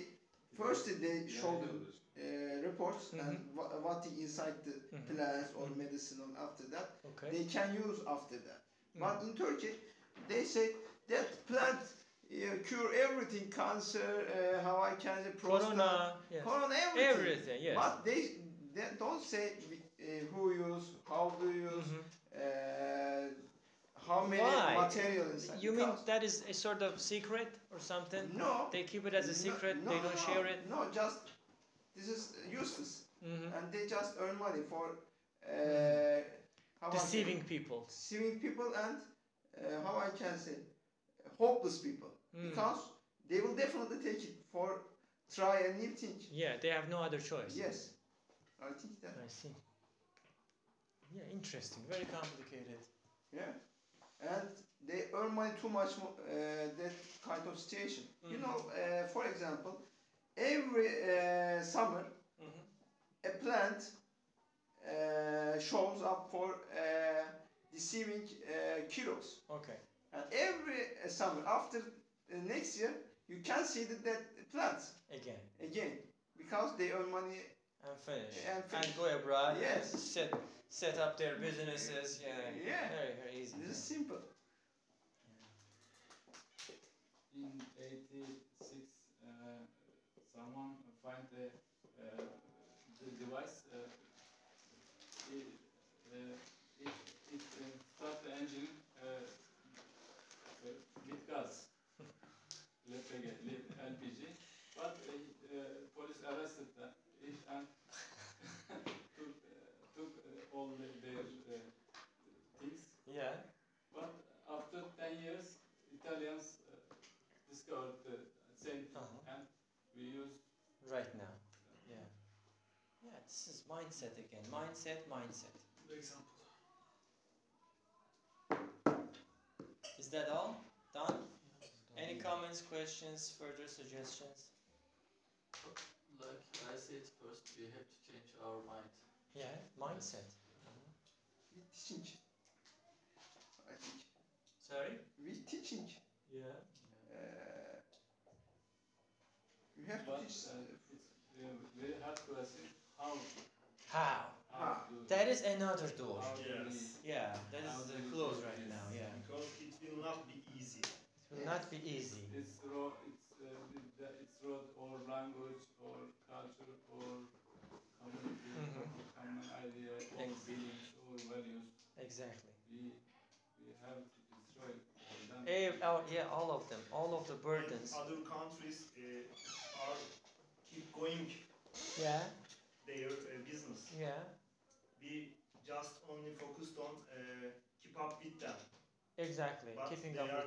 [SPEAKER 3] first they show the uh, reports
[SPEAKER 1] Mm-hmm.
[SPEAKER 3] and wha- what the inside the
[SPEAKER 1] Mhm.
[SPEAKER 3] plants or
[SPEAKER 1] Mhm.
[SPEAKER 3] medicine and after that
[SPEAKER 1] Okay.
[SPEAKER 3] they can use after that.
[SPEAKER 1] Mhm.
[SPEAKER 3] But in Turkey, they say that plant uh, cure everything, cancer, uh, Hawaii cancer, prostate,
[SPEAKER 1] Corona. Yes.
[SPEAKER 3] corona, everything.
[SPEAKER 1] Everything. Yes.
[SPEAKER 3] But they, they don't say uh, who use, how do you use,
[SPEAKER 1] Mhm.
[SPEAKER 3] uh, how many
[SPEAKER 1] Mm-hmm. Why?
[SPEAKER 3] material inside.
[SPEAKER 1] You mean
[SPEAKER 3] because-
[SPEAKER 1] that is a sort of secret or something?
[SPEAKER 3] no?
[SPEAKER 1] They keep it as a
[SPEAKER 3] no-
[SPEAKER 1] secret.
[SPEAKER 3] no,
[SPEAKER 1] they
[SPEAKER 3] no,
[SPEAKER 1] don't
[SPEAKER 3] no,
[SPEAKER 1] share it.
[SPEAKER 3] No, just this is useless,
[SPEAKER 1] hmm
[SPEAKER 3] and they just earn money for uh, how I can-
[SPEAKER 1] Mm-hmm. Deceiving people.
[SPEAKER 3] deceiving people and uh, how I can say hopeless people
[SPEAKER 1] Mm.
[SPEAKER 3] because they will definitely take it for try a new thing.
[SPEAKER 1] Yeah, they have no other choice.
[SPEAKER 3] Yes, I think that
[SPEAKER 1] I see. Yeah, interesting. Very complicated.
[SPEAKER 3] yeah, and they earn money too much mo- uh, that kind of situation. You
[SPEAKER 1] Mhm.
[SPEAKER 3] know, uh, for example, every uh, summer
[SPEAKER 1] Mhm.
[SPEAKER 3] Mm-hmm. a plant uh, shows up for uh, deceiving uh, kilos.
[SPEAKER 1] Okay.
[SPEAKER 3] And every uh, summer after uh, next year, you can see the dead plants
[SPEAKER 1] Again.
[SPEAKER 3] again because they earn money.
[SPEAKER 1] And finish.
[SPEAKER 3] And finish.
[SPEAKER 1] go abroad.
[SPEAKER 3] Yes.
[SPEAKER 1] and Set, set up their businesses. Yeah.
[SPEAKER 3] Yeah.
[SPEAKER 1] Very, very easy.
[SPEAKER 3] This is simple.
[SPEAKER 6] In 86, uh, someone find the, uh, the device. Uh, it, uh, it, it uh, start the engine uh, uh, with gas, [laughs] LPG, LPG. But uh, uh, police arrested them it and [laughs] took, uh, took uh, all the, their uh, things.
[SPEAKER 1] Yeah.
[SPEAKER 6] But after 10 years, Italians uh, discovered the same thing,
[SPEAKER 1] Uh-huh.
[SPEAKER 6] and we use
[SPEAKER 1] Right now. Yeah. Yeah. This is mindset again. Mindset. Mindset.
[SPEAKER 6] the example.
[SPEAKER 1] Is that all? Done. Any comments, questions, further suggestions?
[SPEAKER 7] Like I said first, we have to change our mind.
[SPEAKER 1] Yeah. Mindset.
[SPEAKER 3] We teaching. I think
[SPEAKER 1] Sorry.
[SPEAKER 3] we teaching.
[SPEAKER 1] Yeah.
[SPEAKER 3] Uh, you have to
[SPEAKER 6] But uh,
[SPEAKER 3] teach.
[SPEAKER 6] it's
[SPEAKER 3] uh,
[SPEAKER 6] uh, very hard question how,
[SPEAKER 1] How?
[SPEAKER 6] how
[SPEAKER 3] Ah,
[SPEAKER 6] do we-
[SPEAKER 1] That is another door.
[SPEAKER 6] how do we-
[SPEAKER 2] Yes.
[SPEAKER 1] Yeah. That is the close right now. Yeah.
[SPEAKER 2] Because it will not be easy.
[SPEAKER 1] It will not be easy.
[SPEAKER 6] It's raw, it's, uh, it- that it's raw or language or culture or community,
[SPEAKER 1] Mhm.
[SPEAKER 6] common idea or
[SPEAKER 1] Ex-
[SPEAKER 6] feelings or values.
[SPEAKER 1] Exactly.
[SPEAKER 6] We, we have to destroy them.
[SPEAKER 1] Eh, oh, yeah, all of them, all of the
[SPEAKER 2] And
[SPEAKER 1] burdens.
[SPEAKER 2] Other countries uh, are keep going
[SPEAKER 1] Yeah,
[SPEAKER 2] their uh, business.
[SPEAKER 1] yeah.
[SPEAKER 2] We just only focused on uh, keep up with them.
[SPEAKER 1] Exactly.
[SPEAKER 2] But
[SPEAKER 1] Keeping
[SPEAKER 2] they
[SPEAKER 1] up
[SPEAKER 2] are
[SPEAKER 1] with